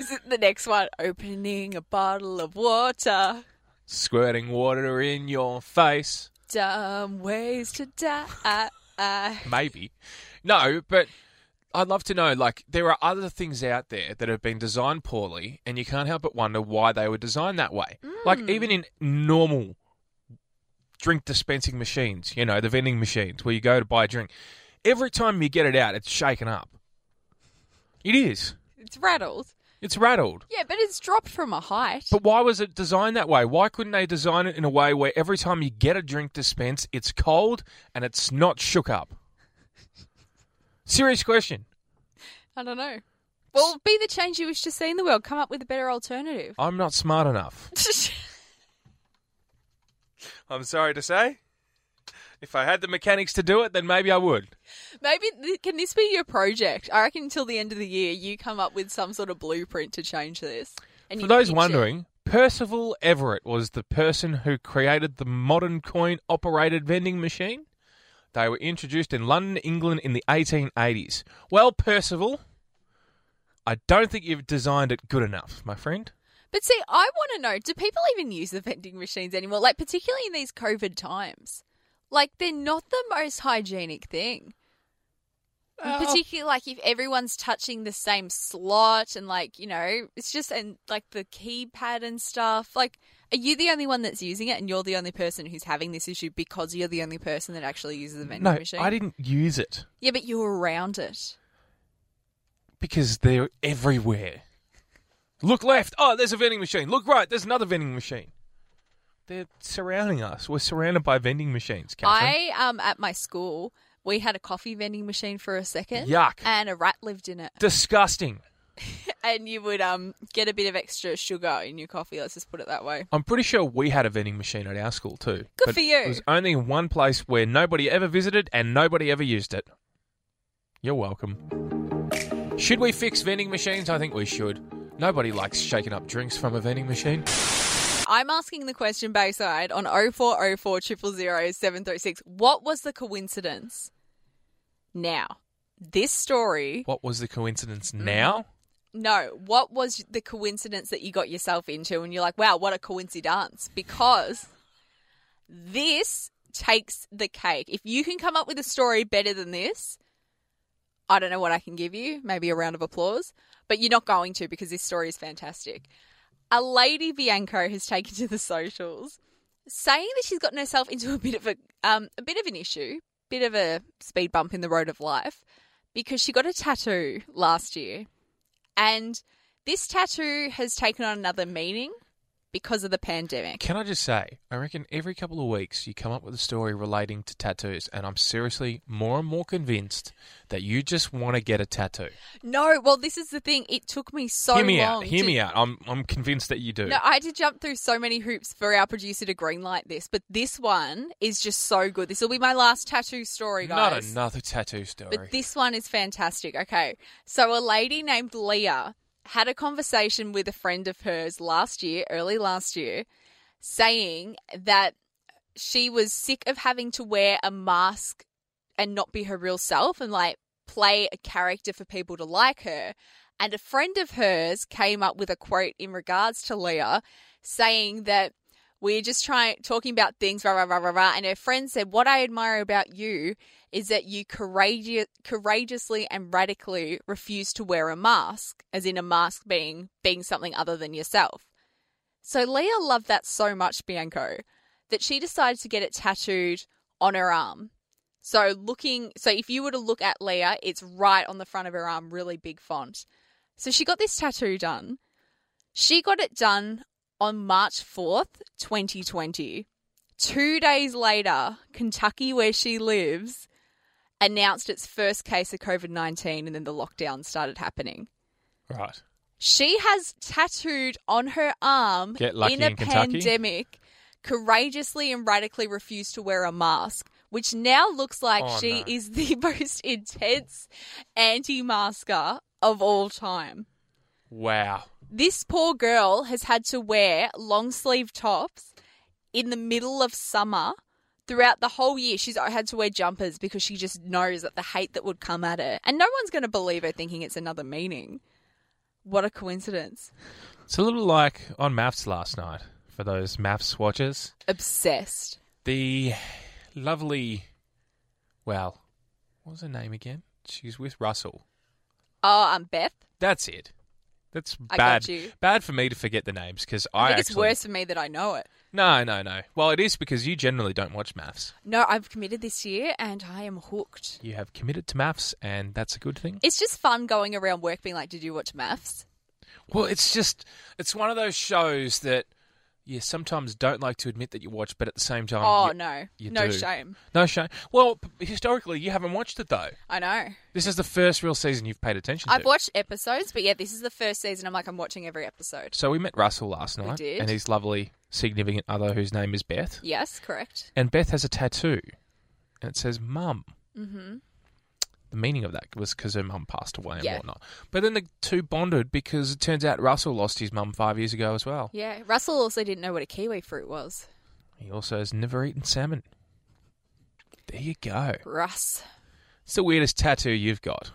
Speaker 3: Is it the next one? Opening a bottle of water.
Speaker 2: squirting water in your face.
Speaker 3: Dumb ways to die.
Speaker 2: Maybe. No, but I'd love to know. Like, there are other things out there that have been designed poorly, and you can't help but wonder why they were designed that way. Like, even in normal drink dispensing machines, you know, the vending machines where you go to buy a drink, every time you get it out, it's shaken up. It is.
Speaker 3: It's rattled.
Speaker 2: It's rattled.
Speaker 3: Yeah, but it's dropped from a height.
Speaker 2: But why was it designed that way? Why couldn't they design it in a way where every time you get a drink dispense, it's cold and it's not shook up? Serious question.
Speaker 3: I don't know. Well, be the change you wish to see in the world. Come up with a better alternative.
Speaker 2: I'm not smart enough. I'm sorry to say. If I had the mechanics to do it, then maybe I would.
Speaker 3: <laughs> Maybe th- can this be your project? I reckon until the end of the year, you come up with some sort of blueprint to change this. And
Speaker 2: For
Speaker 3: you
Speaker 2: those
Speaker 3: pitch it.
Speaker 2: wondering, Percival Everett was the person who created the modern coin operated vending machine. They were introduced in London, England in the 1880s. Well, Percival, I don't think you've designed it good enough, my friend.
Speaker 3: but see, I want to know: Do people even use the vending machines anymore? Like, particularly in these COVID times, like they're not the most hygienic thing.
Speaker 2: Oh.
Speaker 3: In particular, like if everyone's touching the same slot and like you know, it's just and like the keypad and stuff. Like, are you the only one that's using it, and you're the only person who's having this issue because you're the only person that actually uses the vending
Speaker 2: no,
Speaker 3: machine?
Speaker 2: I didn't use it
Speaker 3: Yeah, but you were around it.
Speaker 2: because they're everywhere. Look left. Oh, there's a vending machine. Look right. There's another vending machine. They're surrounding us. We're surrounded by vending machines, Catherine.
Speaker 3: I um at my school we had a coffee vending machine for a second.
Speaker 2: Yuck.
Speaker 3: And a rat lived in it.
Speaker 2: Disgusting.
Speaker 3: And you would um get a bit of extra sugar in your coffee, let's just put it that way.
Speaker 2: I'm pretty sure we had a vending machine at our school too. Good
Speaker 3: for you.
Speaker 2: It was only in one place where nobody ever visited and nobody ever used it. You're welcome. Should we fix vending machines? I think we should. Nobody likes shaking up drinks from a vending machine.
Speaker 3: I'm asking the question Bayside on 0404 000 736. What was the coincidence? Now, this story.
Speaker 2: What was the coincidence
Speaker 3: Mm.
Speaker 2: now?
Speaker 3: No, what was the coincidence that you got yourself into? And you're like, wow, what a coincidence. Because this takes the cake. If you can come up with a story better than this, I don't know what I can give you, maybe a round of applause, but you're not going to because this story is fantastic. A lady Bianco has taken to the socials saying that she's gotten herself into a bit of a um, a bit of an issue, bit of a speed bump in the road of life because she got a tattoo last year and this tattoo has taken on another meaning because of the pandemic.
Speaker 2: Can I just say, I reckon every couple of weeks you come up with a story relating to tattoos, and I'm seriously more and more convinced that you just want to get a tattoo.
Speaker 3: No, well this is the thing, it took me so
Speaker 2: hear me
Speaker 3: long.
Speaker 2: out. Hear
Speaker 3: to-
Speaker 2: me out. I'm I'm convinced that you do.
Speaker 3: No, I had to jump through so many hoops for our producer to greenlight this, but this one is just so good. This will be my last tattoo story,
Speaker 2: Not
Speaker 3: guys.
Speaker 2: another tattoo story.
Speaker 3: But this one is fantastic. Okay. So a lady named Leah had a conversation with a friend of hers last year, early last year, saying that she was sick of having to wear a mask and not be her real self and like play a character for people to like her. And a friend of hers came up with a quote in regards to Leah saying that we're just trying talking about things rah rah rah rah rah and her friend said what i admire about you is that you courageous, courageously and radically refuse to wear a mask as in a mask being being something other than yourself so leah loved that so much bianco that she decided to get it tattooed on her arm so looking so if you were to look at leah it's right on the front of her arm really big font so she got this tattoo done she got it done on March 4th, 2020. Two days later, Kentucky, where she lives, announced its first case of COVID 19 and then the lockdown started happening.
Speaker 2: right.
Speaker 3: She has tattooed on her arm
Speaker 2: Get lucky
Speaker 3: in a
Speaker 2: in Kentucky.
Speaker 3: pandemic, courageusly and radically refused to wear a mask, which now looks like
Speaker 2: Oh,
Speaker 3: she
Speaker 2: no.
Speaker 3: is the <laughs> most intense anti masker of all time.
Speaker 2: Wow.
Speaker 3: This poor girl has had to wear long sleeve tops in the middle of summer throughout the whole year. She's had to wear jumpers because she just knows that the hate that would come at her. And no one's going to believe her thinking it's another meaning. What a coincidence.
Speaker 2: It's a little like on maths last night for those maths watchers.
Speaker 3: Obsessed.
Speaker 2: The lovely, well, what was her name again? She's with Russell.
Speaker 3: Oh, I'm Beth.
Speaker 2: That's it. That's
Speaker 3: I
Speaker 2: bad.
Speaker 3: got you.
Speaker 2: Bad for me to forget the names because I,
Speaker 3: I, think it's
Speaker 2: actually-
Speaker 3: worse for me that I know it.
Speaker 2: No, no, no. Well, it is because you generally don't watch maths.
Speaker 3: No, I've committed this year and I am hooked.
Speaker 2: You have committed to maths, and that's a good thing.
Speaker 3: It's just fun going around work being like, Did you watch maths?
Speaker 2: Well, it's just it's one of those shows that you sometimes don't like to admit that you watch, but at the same time,
Speaker 3: oh,
Speaker 2: Um, you-
Speaker 3: no.
Speaker 2: you
Speaker 3: no
Speaker 2: do.
Speaker 3: shame.
Speaker 2: no shame. Well, p- historically, you haven't watched it though.
Speaker 3: I know.
Speaker 2: This is the first real season you've paid attention
Speaker 3: I've
Speaker 2: to.
Speaker 3: watched episodes, but yeah, this is the first season. I'm like, I'm watching every episode.
Speaker 2: so we met Russell last
Speaker 3: We
Speaker 2: night,
Speaker 3: did.
Speaker 2: and his lovely significant other, whose name is Beth,
Speaker 3: Yes, correct.
Speaker 2: and Beth has a tattoo, and it says "Mum."
Speaker 3: Mm-hmm.
Speaker 2: the meaning of that was because her mum passed away and
Speaker 3: Yeah.
Speaker 2: whatnot. But then the two bonded because it turns out Russell lost his mum five years ago as well.
Speaker 3: Yeah. Russell also didn't know what a kiwi fruit was.
Speaker 2: He also has never eaten salmon. There you go.
Speaker 3: Russ.
Speaker 2: It's the weirdest tattoo you've got.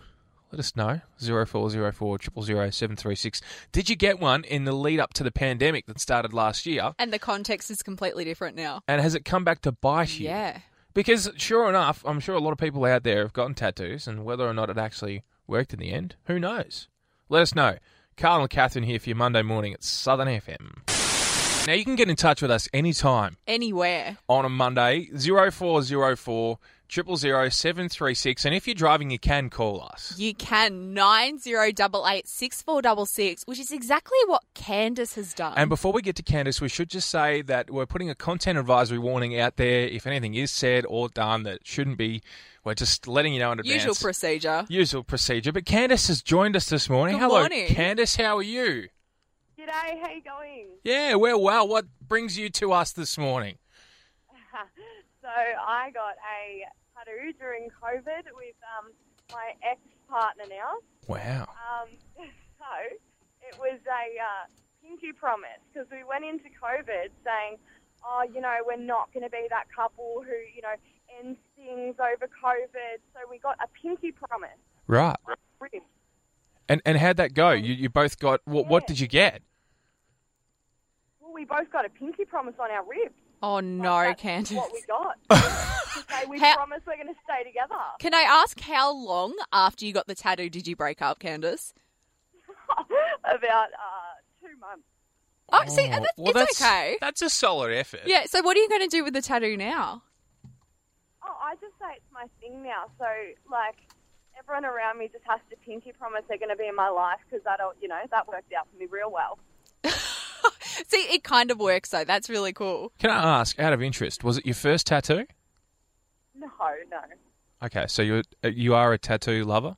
Speaker 2: Let us know. 0404 000 736. Did you get one in the lead up to the pandemic that started last year?
Speaker 3: And the context is completely different now.
Speaker 2: And has it come back to bite you?
Speaker 3: Yeah.
Speaker 2: Because sure enough, I'm sure a lot of people out there have gotten tattoos, and whether or not it actually worked in the end, who knows? Let us know. Carl and Catherine here for your Monday morning at Southern FM. Now you can get in touch with us anytime
Speaker 3: Anywhere.
Speaker 2: on a Monday 0404 000 736, and if you're driving, you can call us.
Speaker 3: You can 90886466, which is exactly what Candace has done.
Speaker 2: And before we get to Candice, we should just say that we're putting a content advisory warning out there. If anything is said or done that shouldn't be, we're just letting you know in advance.
Speaker 3: Usual procedure.
Speaker 2: usual procedure. But Candace has joined us this morning.
Speaker 3: Good
Speaker 2: Hello,
Speaker 3: morning.
Speaker 2: Candace. How are you?
Speaker 4: G'day, how you going? <laughs>
Speaker 2: Yeah, we're well. What brings you to us this morning?
Speaker 4: So I got a tattoo during COVID with um, my <laughs> ex-partner now.
Speaker 2: Wow.
Speaker 4: Um, so it was a uh, pinky promise because we went into COVID saying, oh, you know, we're not going to be that couple who, you know, ends things over COVID. So we got a pinky promise.
Speaker 2: Right.
Speaker 4: Brilliant.
Speaker 2: And and how'd that go? You you both got what? What did you get?
Speaker 4: Well, we both got a pinky promise on our ribs.
Speaker 3: Oh
Speaker 4: Like,
Speaker 3: no,
Speaker 4: that's
Speaker 3: Candace.
Speaker 4: What we
Speaker 3: <laughs>
Speaker 4: got. To say we
Speaker 3: How-
Speaker 4: promise we're going to stay together.
Speaker 3: Can I ask how long after you got the tattoo did you break up, Candace?
Speaker 4: <laughs> About uh, two months.
Speaker 3: Oh, see, and that's,
Speaker 2: well,
Speaker 3: it's
Speaker 2: that's
Speaker 3: okay.
Speaker 2: That's a solid effort.
Speaker 3: Yeah, so what are you going to do with the tattoo now?
Speaker 4: Oh, I just say it's my thing now. So, like, everyone around me just has to pinky promise they're going to be in my life because I don't, you know, that worked out for me real well.
Speaker 3: See, it kind of works though. That's really cool.
Speaker 2: Can I ask, out of interest, was it your first tattoo?
Speaker 4: No, no.
Speaker 2: Okay, so you you are a tattoo lover.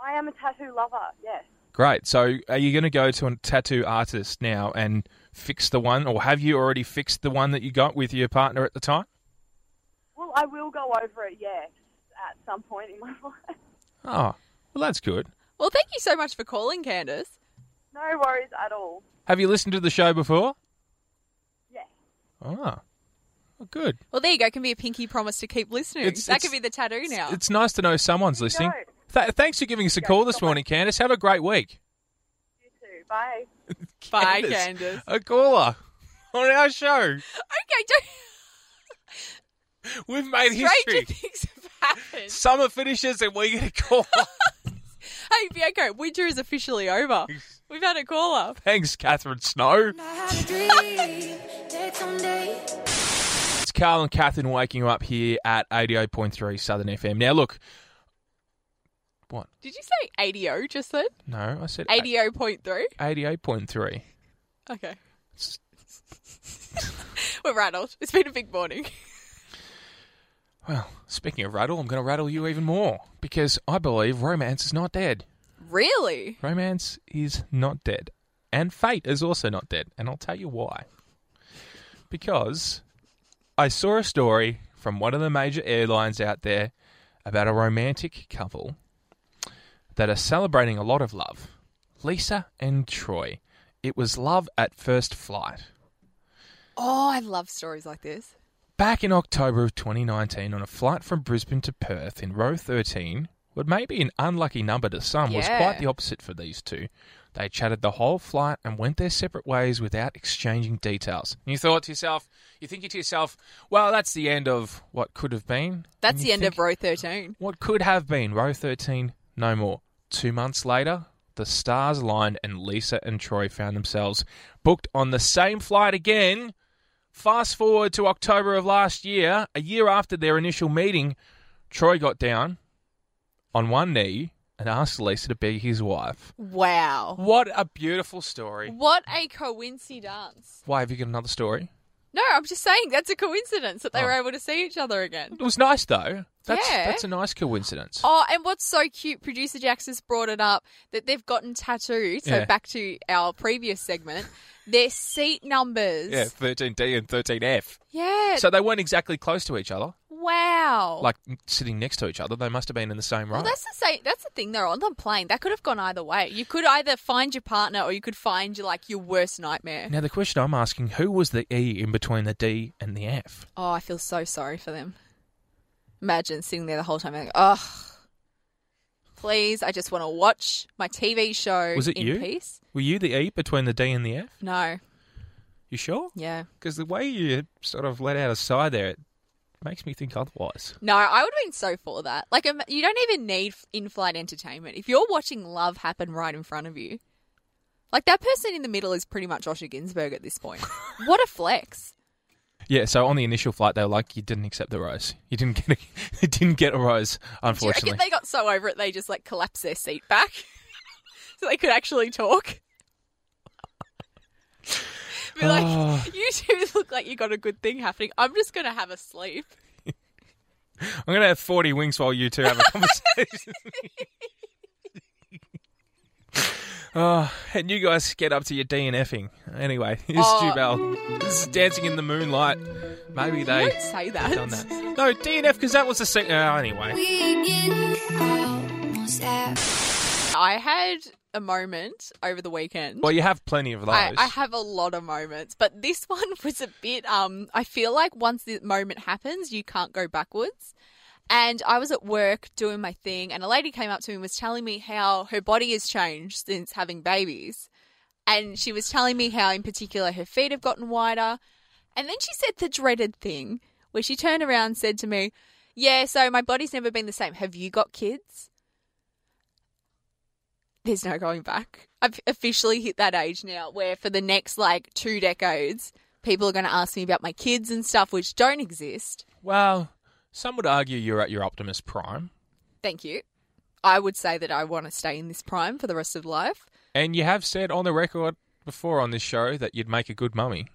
Speaker 4: I am a tattoo lover, yes.
Speaker 2: Great. So are you going to go to a tattoo artist now and fix the one, or have you already fixed the one that you got with your partner at the time?
Speaker 4: Well, I will go over it, yes, at some point in my <laughs> life.
Speaker 2: Oh, well, that's good.
Speaker 3: Well, thank you so much for calling, Candace.
Speaker 4: No worries at all.
Speaker 2: Have you listened to the show before?
Speaker 4: Yes.
Speaker 2: Ah, well, good.
Speaker 3: Well, there you go. Can be a pinky promise to keep listening.
Speaker 2: It's-
Speaker 3: that
Speaker 2: it's-
Speaker 3: could be the tattoo now.
Speaker 2: It's nice to know someone's listening.
Speaker 4: go.
Speaker 2: Th- thanks for giving us a call this morning, Candice. Have a great week.
Speaker 4: You too. Bye.
Speaker 3: Bye,
Speaker 2: Candice, <laughs>
Speaker 3: Candice.
Speaker 2: A caller on our show.
Speaker 3: Okay, don't.
Speaker 2: We've made
Speaker 3: Stranger
Speaker 2: history.
Speaker 3: <laughs> things have happened.
Speaker 2: Summer finishes and we're going to
Speaker 3: <laughs>
Speaker 2: call.
Speaker 3: Hey, Bianco, winter is
Speaker 2: <laughs>
Speaker 3: officially over. We've had a call up.
Speaker 2: Thanks, Catherine Snow.
Speaker 5: I had a dream that someday
Speaker 2: It's Carl and Catherine waking you up here at 88.3 Southern FM. Now, look. What?
Speaker 3: Did you say 80 just then?
Speaker 2: No, I said
Speaker 3: 80.3?
Speaker 2: 88.3.
Speaker 3: Okay. <laughs> We're rattled. It's been a big morning. <laughs>
Speaker 2: Well, speaking of rattle, I'm going to rattle you even more because I believe romance is not dead.
Speaker 3: Really?
Speaker 2: Romance is not dead. And fate is also not dead. And I'll tell you why. Because I saw a story from one of the major airlines out there about a romantic couple that are celebrating a lot of love Lisa and Troy. It was love at first flight.
Speaker 3: Oh, I love stories like this.
Speaker 2: Back in October of 2019, on a flight from Brisbane to Perth in row 13, what may be an unlucky number to some was
Speaker 3: Yeah.
Speaker 2: quite the opposite for these two. They chatted the whole flight and went their separate ways without exchanging details. And you thought to yourself, you thinking to yourself, well, that's the end of what could have been. And
Speaker 3: That's
Speaker 2: you
Speaker 3: the end
Speaker 2: think,
Speaker 3: of row 13.
Speaker 2: What could have been, row 13, no more. Two months later, the stars aligned and Lisa and Troy found themselves booked on the same flight again. Fast forward to October of last year, a year after their initial meeting, Troy got down on one knee and asked Lisa to be his wife.
Speaker 3: Wow.
Speaker 2: What a beautiful story.
Speaker 3: What a coincidence.
Speaker 2: Why have you got another story?
Speaker 3: No, I'm just saying that's a coincidence that they
Speaker 2: Oh.
Speaker 3: were able to see each other again.
Speaker 2: It was nice though. That's
Speaker 3: Yeah.
Speaker 2: that's a nice coincidence.
Speaker 3: Oh, and what's so cute, producer Jax has brought it up that they've gotten tattooed. So
Speaker 2: Yeah.
Speaker 3: back to our previous segment, their seat numbers.
Speaker 2: Yeah, 13D and 13F.
Speaker 3: Yeah.
Speaker 2: So they weren't exactly close to each other.
Speaker 3: wow.
Speaker 2: like sitting next to each other. They must have been in the same row.
Speaker 3: Well, that's the same. That's the thing. They're on the plane. That could have gone either way. You could either find your partner, or you could find your like your worst nightmare.
Speaker 2: now the question I'm asking: Who was the E in between the D and the F?
Speaker 3: Oh, I feel so sorry for them. Imagine sitting there the whole time, like, oh, please, I just want to watch my TV show
Speaker 2: Was it
Speaker 3: in
Speaker 2: you?
Speaker 3: peace.
Speaker 2: Were you the E between the D and the F?
Speaker 3: No,
Speaker 2: You sure?
Speaker 3: yeah,
Speaker 2: Because the way you sort of let out a sigh there, it makes me think otherwise.
Speaker 3: no. I would have been so for that. Like, im- you don't even need f- in-flight entertainment if you're watching love happen right in front of you. Like that person in the middle is pretty much Osher Ginsburg at this
Speaker 2: <laughs>
Speaker 3: point. what a flex!
Speaker 2: Yeah. So on the initial flight, they were like, "You didn't accept the rose. You didn't get. A, <laughs> you didn't get a rose,
Speaker 3: Do you reckon
Speaker 2: unfortunately."
Speaker 3: they got so over it they just like collapsed their seat back <laughs> so they could actually talk? Be like,
Speaker 2: Oh.
Speaker 3: you two look like you got a good thing happening. I'm just gonna have a sleep.
Speaker 2: I'm gonna have 40 wings while you two have a
Speaker 3: <laughs>
Speaker 2: conversation. Oh, and you guys get up to your D and effing. Anyway, <laughs> here's
Speaker 3: Oh.
Speaker 2: Stu Bell. This is Dancing in the Moonlight. Maybe they
Speaker 3: Don't say
Speaker 2: have
Speaker 3: that.
Speaker 2: done that. No, D and F because that was the scene. Uh, anyway,
Speaker 5: we getting almost at
Speaker 3: I had a moment over the weekend.
Speaker 2: Well, you have plenty of those.
Speaker 3: I, I have a lot of moments, but this <laughs> one was a bit. Um, I feel like once the moment happens, you can't go backwards. And I was at work doing my thing, and a lady came up to me and was telling me how her body has changed since having babies. And she was telling me how, in particular, her feet have gotten wider. And then she said the dreaded thing where she turned around and said to me, Yeah, so my body's never been the same. Have you got kids? There's no going back. I've officially hit that age now where for the next like two decades, people are going to ask me about my kids and stuff, which don't exist.
Speaker 2: Well, some would argue you're at your Optimus Prime,
Speaker 3: Thank you. I would say that I want to stay in this prime for the rest of life.
Speaker 2: and you have said on the record before on this show that you'd make a good mummy.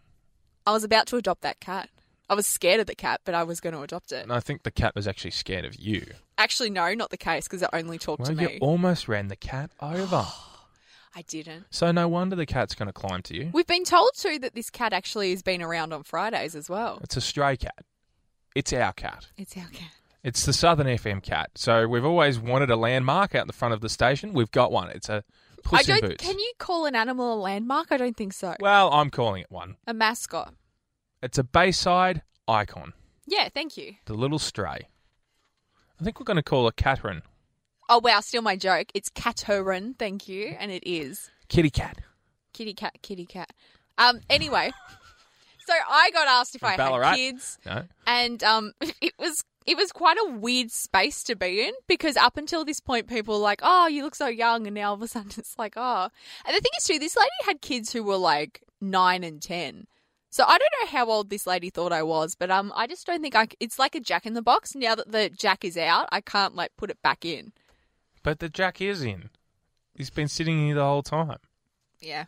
Speaker 3: I was about to adopt that cat. I was scared of the cat, but I was going to adopt it.
Speaker 2: And I think the cat was actually scared of you.
Speaker 3: Actually, no, not the case because it only talked
Speaker 2: Well,
Speaker 3: to
Speaker 2: you
Speaker 3: me.
Speaker 2: almost ran the cat
Speaker 3: <gasps>
Speaker 2: over. <gasps>
Speaker 3: I didn't.
Speaker 2: so no wonder the cat's going to climb to you.
Speaker 3: We've been told too that this cat actually has been around on Fridays as well.
Speaker 2: It's a stray cat. It's our cat.
Speaker 3: It's our cat.
Speaker 2: It's the Southern FM cat. So we've always wanted a landmark out in the front of the station. We've got one. It's a
Speaker 3: I
Speaker 2: puss in
Speaker 3: don't.
Speaker 2: boots.
Speaker 3: Can you call an animal a landmark? I don't think so.
Speaker 2: Well, I'm calling it one.
Speaker 3: a mascot.
Speaker 2: It's a Bayside icon,
Speaker 3: Yeah. Thank you.
Speaker 2: the little stray. I think we're going to call it Catherine.
Speaker 3: Oh wow! Still my joke. It's Catoran. Thank you. And it is.
Speaker 2: Kitty cat.
Speaker 3: Kitty cat, kitty cat. Um. Anyway, so I got asked if
Speaker 2: From
Speaker 3: I
Speaker 2: Ballarat?
Speaker 3: had kids,
Speaker 2: No?
Speaker 3: and um, <laughs> it was it was quite a weird space to be in because up until this point, people were like, "Oh, you look so young," and now all of a sudden <laughs> it's like, "Oh." And the thing is, too, this lady had kids who were like nine and ten. So I don't know how old this lady thought I was, but um, I just don't think I. c- It's like a jack in the box. Now that the jack is out, I can't like put it back in.
Speaker 2: But the Jack is in. He's been sitting here the whole time.
Speaker 3: Yeah,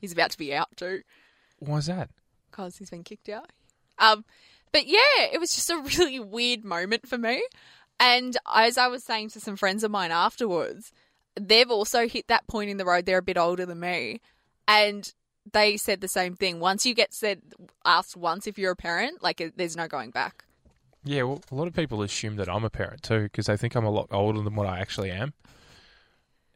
Speaker 3: he's about to be out too.
Speaker 2: Why's that?
Speaker 3: because he's been kicked out. Um, but yeah, it was just a <laughs> really weird moment for me. And as I was saying to some friends of mine afterwards, they've also hit that point in the road. They're a bit older than me, and they said the same thing. Once you get said asked once if you're a parent, like it- there's no going back.
Speaker 2: Yeah, well, a lot of people assume that I'm a parent too because they think I'm a lot older than what I actually am.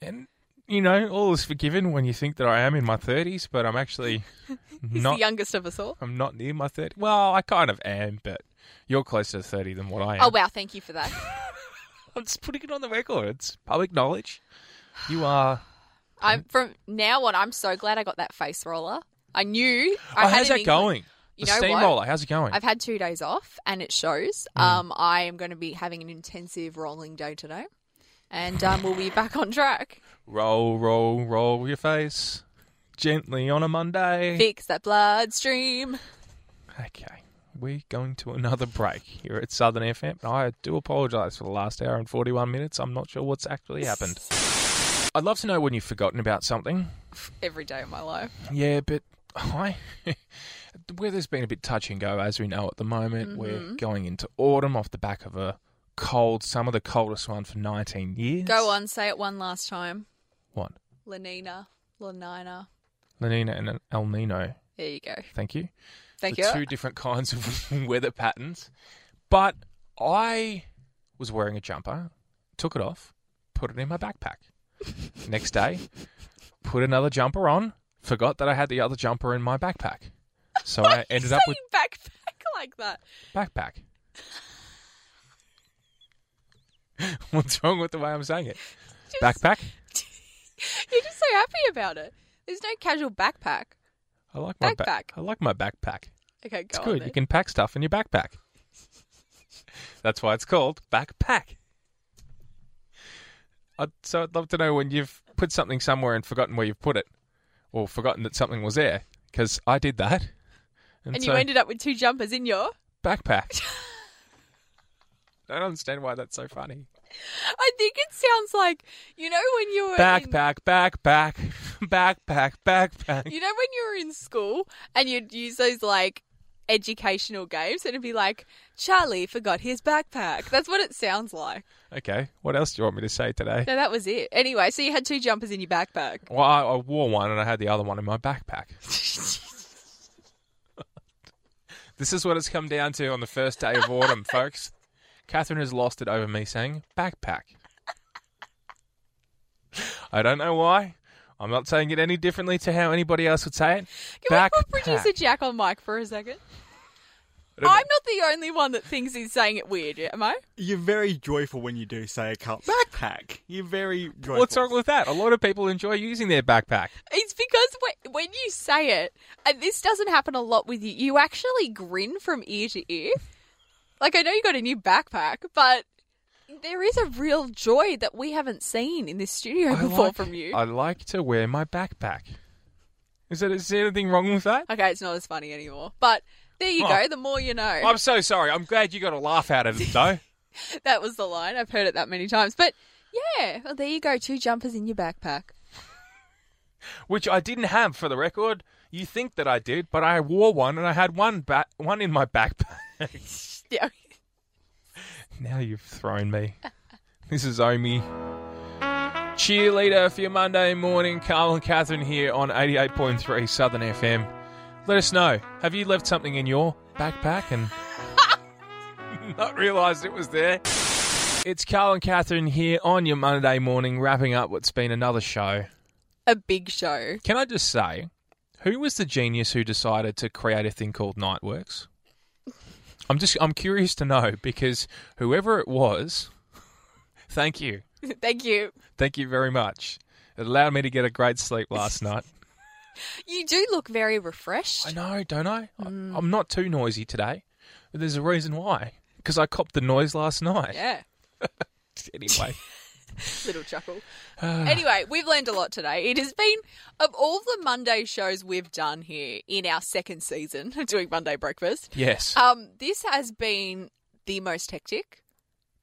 Speaker 2: And, you know, all is forgiven when you think that I am in my 30s, but I'm
Speaker 3: <laughs>
Speaker 2: actually
Speaker 3: He's
Speaker 2: not.
Speaker 3: the youngest of us all.
Speaker 2: I'm not near my 30. Well, I kind of am, but you're closer to 30 than what I am.
Speaker 3: Oh wow, thank you for that.
Speaker 2: I'm just putting it on the record. It's public knowledge. You are.
Speaker 3: I'm from now on. I'm so glad I got that face roller. I knew. I
Speaker 2: Oh,
Speaker 3: had
Speaker 2: how's
Speaker 3: an
Speaker 2: that
Speaker 3: inkling-
Speaker 2: going?
Speaker 3: You
Speaker 2: the
Speaker 3: know what?
Speaker 2: steamroller. How's it going?
Speaker 3: I've had two days off and it shows.
Speaker 2: Hmm.
Speaker 3: Um, I am going to be having an intensive rolling day today and um, we'll be back
Speaker 2: <laughs>
Speaker 3: on track.
Speaker 2: Roll, roll, roll your face gently on a Monday.
Speaker 3: Fix that bloodstream.
Speaker 2: Okay. We're going to another break here at Southern FM. And I do apologise for the last hour and 41 minutes. I'm not sure what's actually happened. I'd love to know when you've forgotten about something.
Speaker 3: Every day of my life.
Speaker 2: Yeah, but I. <laughs> the weather's been a bit touch and go, as we know at the moment. We're going into autumn off the back of a cold summer, the coldest one for 19 years.
Speaker 3: Go on, say it one last time.
Speaker 2: What?
Speaker 3: La Nina, La Nina.
Speaker 2: La Nina and an El Nino.
Speaker 3: There you go.
Speaker 2: Thank you.
Speaker 3: Thank
Speaker 2: the
Speaker 3: you. <laughs>
Speaker 2: two different <laughs> kinds of weather patterns. But I was wearing a jumper, took it off, put it in my
Speaker 3: <laughs>
Speaker 2: backpack. Next day, put another jumper on, forgot that I had the other jumper in my backpack. So I ended up with
Speaker 3: Saying backpack <laughs> like that.
Speaker 2: backpack. <laughs> What's wrong with the way I'm saying it? Backpack?
Speaker 3: You're just so happy about it. There's no casual backpack.
Speaker 2: I like my backpack.
Speaker 3: Backpack.
Speaker 2: I like my backpack.
Speaker 3: Okay, go
Speaker 2: It's
Speaker 3: on.
Speaker 2: good.
Speaker 3: then.
Speaker 2: You can pack stuff in your backpack. <laughs> That's why it's called backpack. I'd, so I'd love to know when you've put something somewhere and forgotten where you've put it, or forgotten that something was there, because I did that.
Speaker 3: and
Speaker 2: so-
Speaker 3: you ended up with two jumpers in your. <laughs>
Speaker 2: backpack. I don't understand why that's so funny.
Speaker 3: I think it sounds like, you know, when you were. in-
Speaker 2: Backpack, backpack, backpack, <laughs> backpack.
Speaker 3: You know when you were in school and you'd use those like educational games and it'd be like, Charlie forgot his backpack. That's what it sounds like.
Speaker 2: Okay, what else do you want me to say today?
Speaker 3: No, that was it. Anyway, so you had two jumpers in your backpack.
Speaker 2: Well, I, I wore one and I had the other one in my
Speaker 3: <laughs>
Speaker 2: backpack. this is what it's come down to on the first day of
Speaker 3: <laughs>
Speaker 2: autumn, folks. Catherine has lost it over me saying backpack. I don't know why. I'm not saying it any differently to how anybody else would say it.
Speaker 3: Can
Speaker 2: Back
Speaker 3: we put producer
Speaker 2: pack.
Speaker 3: Jack on mic for a second?
Speaker 2: I
Speaker 3: I'm
Speaker 2: don't know.
Speaker 3: not the only one that thinks he's saying it weird, am I?
Speaker 6: You're very joyful when you do say a cup backpack. You're very joyful.
Speaker 2: What's wrong with that? A lot of people enjoy using their backpack.
Speaker 3: It's because when, when you say it, and this doesn't happen a lot with you, you actually grin from ear to ear. Like, I know you got a new backpack, but there is a real joy that we haven't seen in this studio
Speaker 2: I
Speaker 3: before
Speaker 2: like-
Speaker 3: from you.
Speaker 2: I like to wear my backpack. Is there, is there anything wrong with that?
Speaker 3: Okay, it's not as funny anymore. But there you
Speaker 2: Oh.
Speaker 3: go, the more you know.
Speaker 2: I'm so sorry. I'm glad you got a laugh out of it, though.
Speaker 3: That was the line. I've heard it that many times. But yeah, well, there you go, two jumpers in your backpack.
Speaker 2: which I didn't have for the record. You think that I did, but I wore one and I had one ba- one in my backpack. <laughs>
Speaker 3: Yeah.
Speaker 2: now you've thrown me. This is Omi. Cheerleader for your Monday morning. Carl and Catherine here on 88.3 Southern FM. Let us know. Have you left something in your backpack and <laughs> not realised it was there? It's Carl and Catherine here on your Monday morning, wrapping up what's been another show.
Speaker 3: A big show. <laughs>
Speaker 2: Can I just say, who was the genius who decided to create a thing called Nightworks? I'm just I'm curious to know because whoever it was, <laughs> thank you.
Speaker 3: Thank you.
Speaker 2: Thank you very much. It allowed me to get a great sleep
Speaker 3: <laughs>
Speaker 2: last night.
Speaker 3: You do look very refreshed.
Speaker 2: I know, don't I? I-
Speaker 3: Mm.
Speaker 2: I'm not too noisy today. But there's a reason why. Because I copped the noise last night.
Speaker 3: Yeah.
Speaker 2: <laughs> Anyway.
Speaker 3: Little
Speaker 2: <sighs>
Speaker 3: chuckle.
Speaker 2: Ah.
Speaker 3: anyway, we've learned a lot today. It has been, of all the Monday shows we've done here in our second season, <laughs> doing Monday breakfast,
Speaker 2: yes.
Speaker 3: um, this has been the most hectic.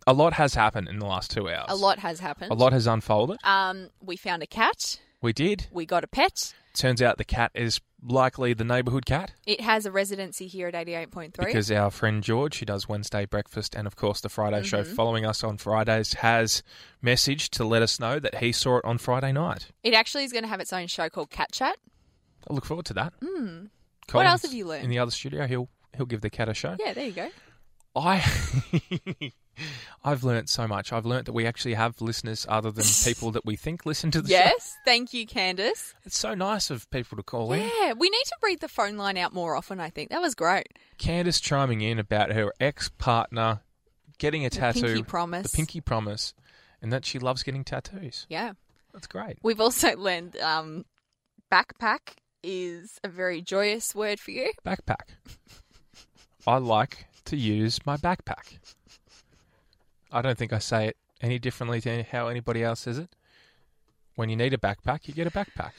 Speaker 2: a lot has happened in the last two hours.
Speaker 3: A lot has happened.
Speaker 2: A lot has unfolded.
Speaker 3: Um, we found a cat.
Speaker 2: We did.
Speaker 3: We got a pet.
Speaker 2: Turns out the cat is likely the neighbourhood cat.
Speaker 3: It has a residency here at 88.3.
Speaker 2: Because our friend George, who does Wednesday breakfast and of course the Friday show
Speaker 3: Mm-hmm.
Speaker 2: following us on Fridays, has messaged to let us know that he saw it on Friday night.
Speaker 3: It actually is going to have its own show called Cat
Speaker 2: <laughs>
Speaker 3: Chat.
Speaker 2: I look forward to that. Mm.
Speaker 3: Hmm. else have you learned?
Speaker 2: In the other studio, he'll he'll give the cat a show.
Speaker 3: Yeah, there you go.
Speaker 2: I <laughs> I've learnt so much. I've learnt that we actually have listeners other
Speaker 3: <laughs>
Speaker 2: than people that we think listen to the show.
Speaker 3: Yes, thank you, Candace.
Speaker 2: It's so nice of people to call in.
Speaker 3: Yeah, we need to read the phone line out more often, I think. That was great.
Speaker 2: Candace chiming in about her ex partner getting a tattoo.
Speaker 3: pinky promise.
Speaker 2: The pinky promise. And that she loves getting tattoos.
Speaker 3: Yeah.
Speaker 2: That's great.
Speaker 3: We've also <laughs> learned um, backpack is a very joyous word for you. <laughs>
Speaker 2: Backpack. I like to use my backpack. I don't think I say it any differently to how anybody else says it. When you need a backpack, you get a backpack.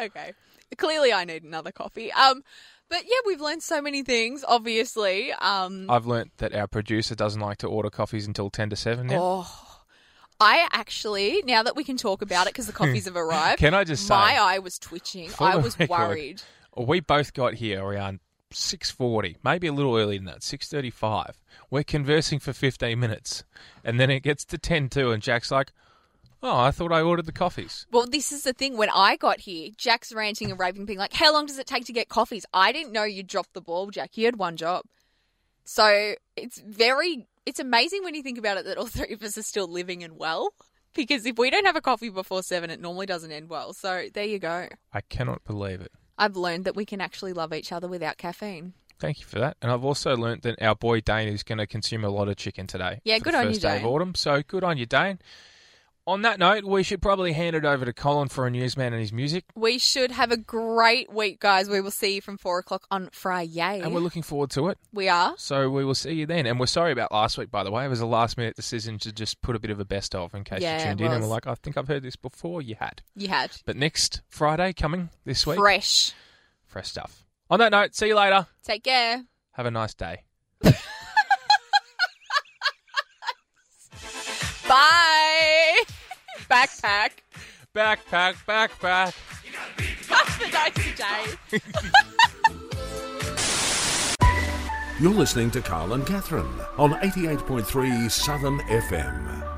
Speaker 3: Okay. Clearly, I need another coffee. Um, but yeah, we've learned so many things, obviously. Um,
Speaker 2: I've learnt that our producer doesn't like to order coffees until 10 to 7 now.
Speaker 3: oh, I actually, now that we can talk about it because
Speaker 2: <laughs>
Speaker 3: the coffees have arrived,
Speaker 2: Can I just say-
Speaker 3: my eye was twitching.
Speaker 2: For
Speaker 3: I
Speaker 2: the
Speaker 3: was
Speaker 2: record,
Speaker 3: worried.
Speaker 2: We both got here around 6:40, maybe a little earlier than that, 6:35. We're conversing for 15 minutes, and then it gets to 10 to, and Jack's like, "Oh, I thought I ordered the coffees."
Speaker 3: Well, this is the thing. When I got here, Jack's ranting and raving, being like, "How long does it take to get coffees?" I didn't know you dropped the ball, Jack. You had one job, so it's very, it's amazing when you think about it that all <laughs> three of us are still living and well. Because if we don't have a coffee before seven, it normally doesn't end well. So there you go.
Speaker 2: I cannot believe it.
Speaker 3: I've learned that we can actually love each other without caffeine.
Speaker 2: Thank you for that. And I've also learnt that our boy Dane is going to consume a lot of chicken today.
Speaker 3: Yeah,
Speaker 2: for
Speaker 3: good
Speaker 2: the
Speaker 3: on you,
Speaker 2: first day of
Speaker 3: Dane.
Speaker 2: autumn. So good on you, Dane. On that note, we should probably hand it over to Colin for a newsman and his music.
Speaker 3: We should have a great week, guys. We will see you from four o'clock on Friday.
Speaker 2: And we're looking forward to it.
Speaker 3: we are.
Speaker 2: So we will see you then. And we're sorry about last week, by the way. It was a last minute decision to just put a bit of a best of in case
Speaker 3: Yeah,
Speaker 2: you
Speaker 3: it
Speaker 2: tuned in and
Speaker 3: was.
Speaker 2: were like, I think I've heard this before. You had.
Speaker 3: You had
Speaker 2: But next Friday coming this week,
Speaker 3: fresh.
Speaker 2: fresh stuff. On that note, see you later.
Speaker 3: Take care.
Speaker 2: Have a nice day.
Speaker 3: <laughs> Bye. Backpack.
Speaker 2: Backpack, backpack.
Speaker 3: That's the dicey day.
Speaker 1: You're listening to Carl and Catherine on 88.3 Southern FM.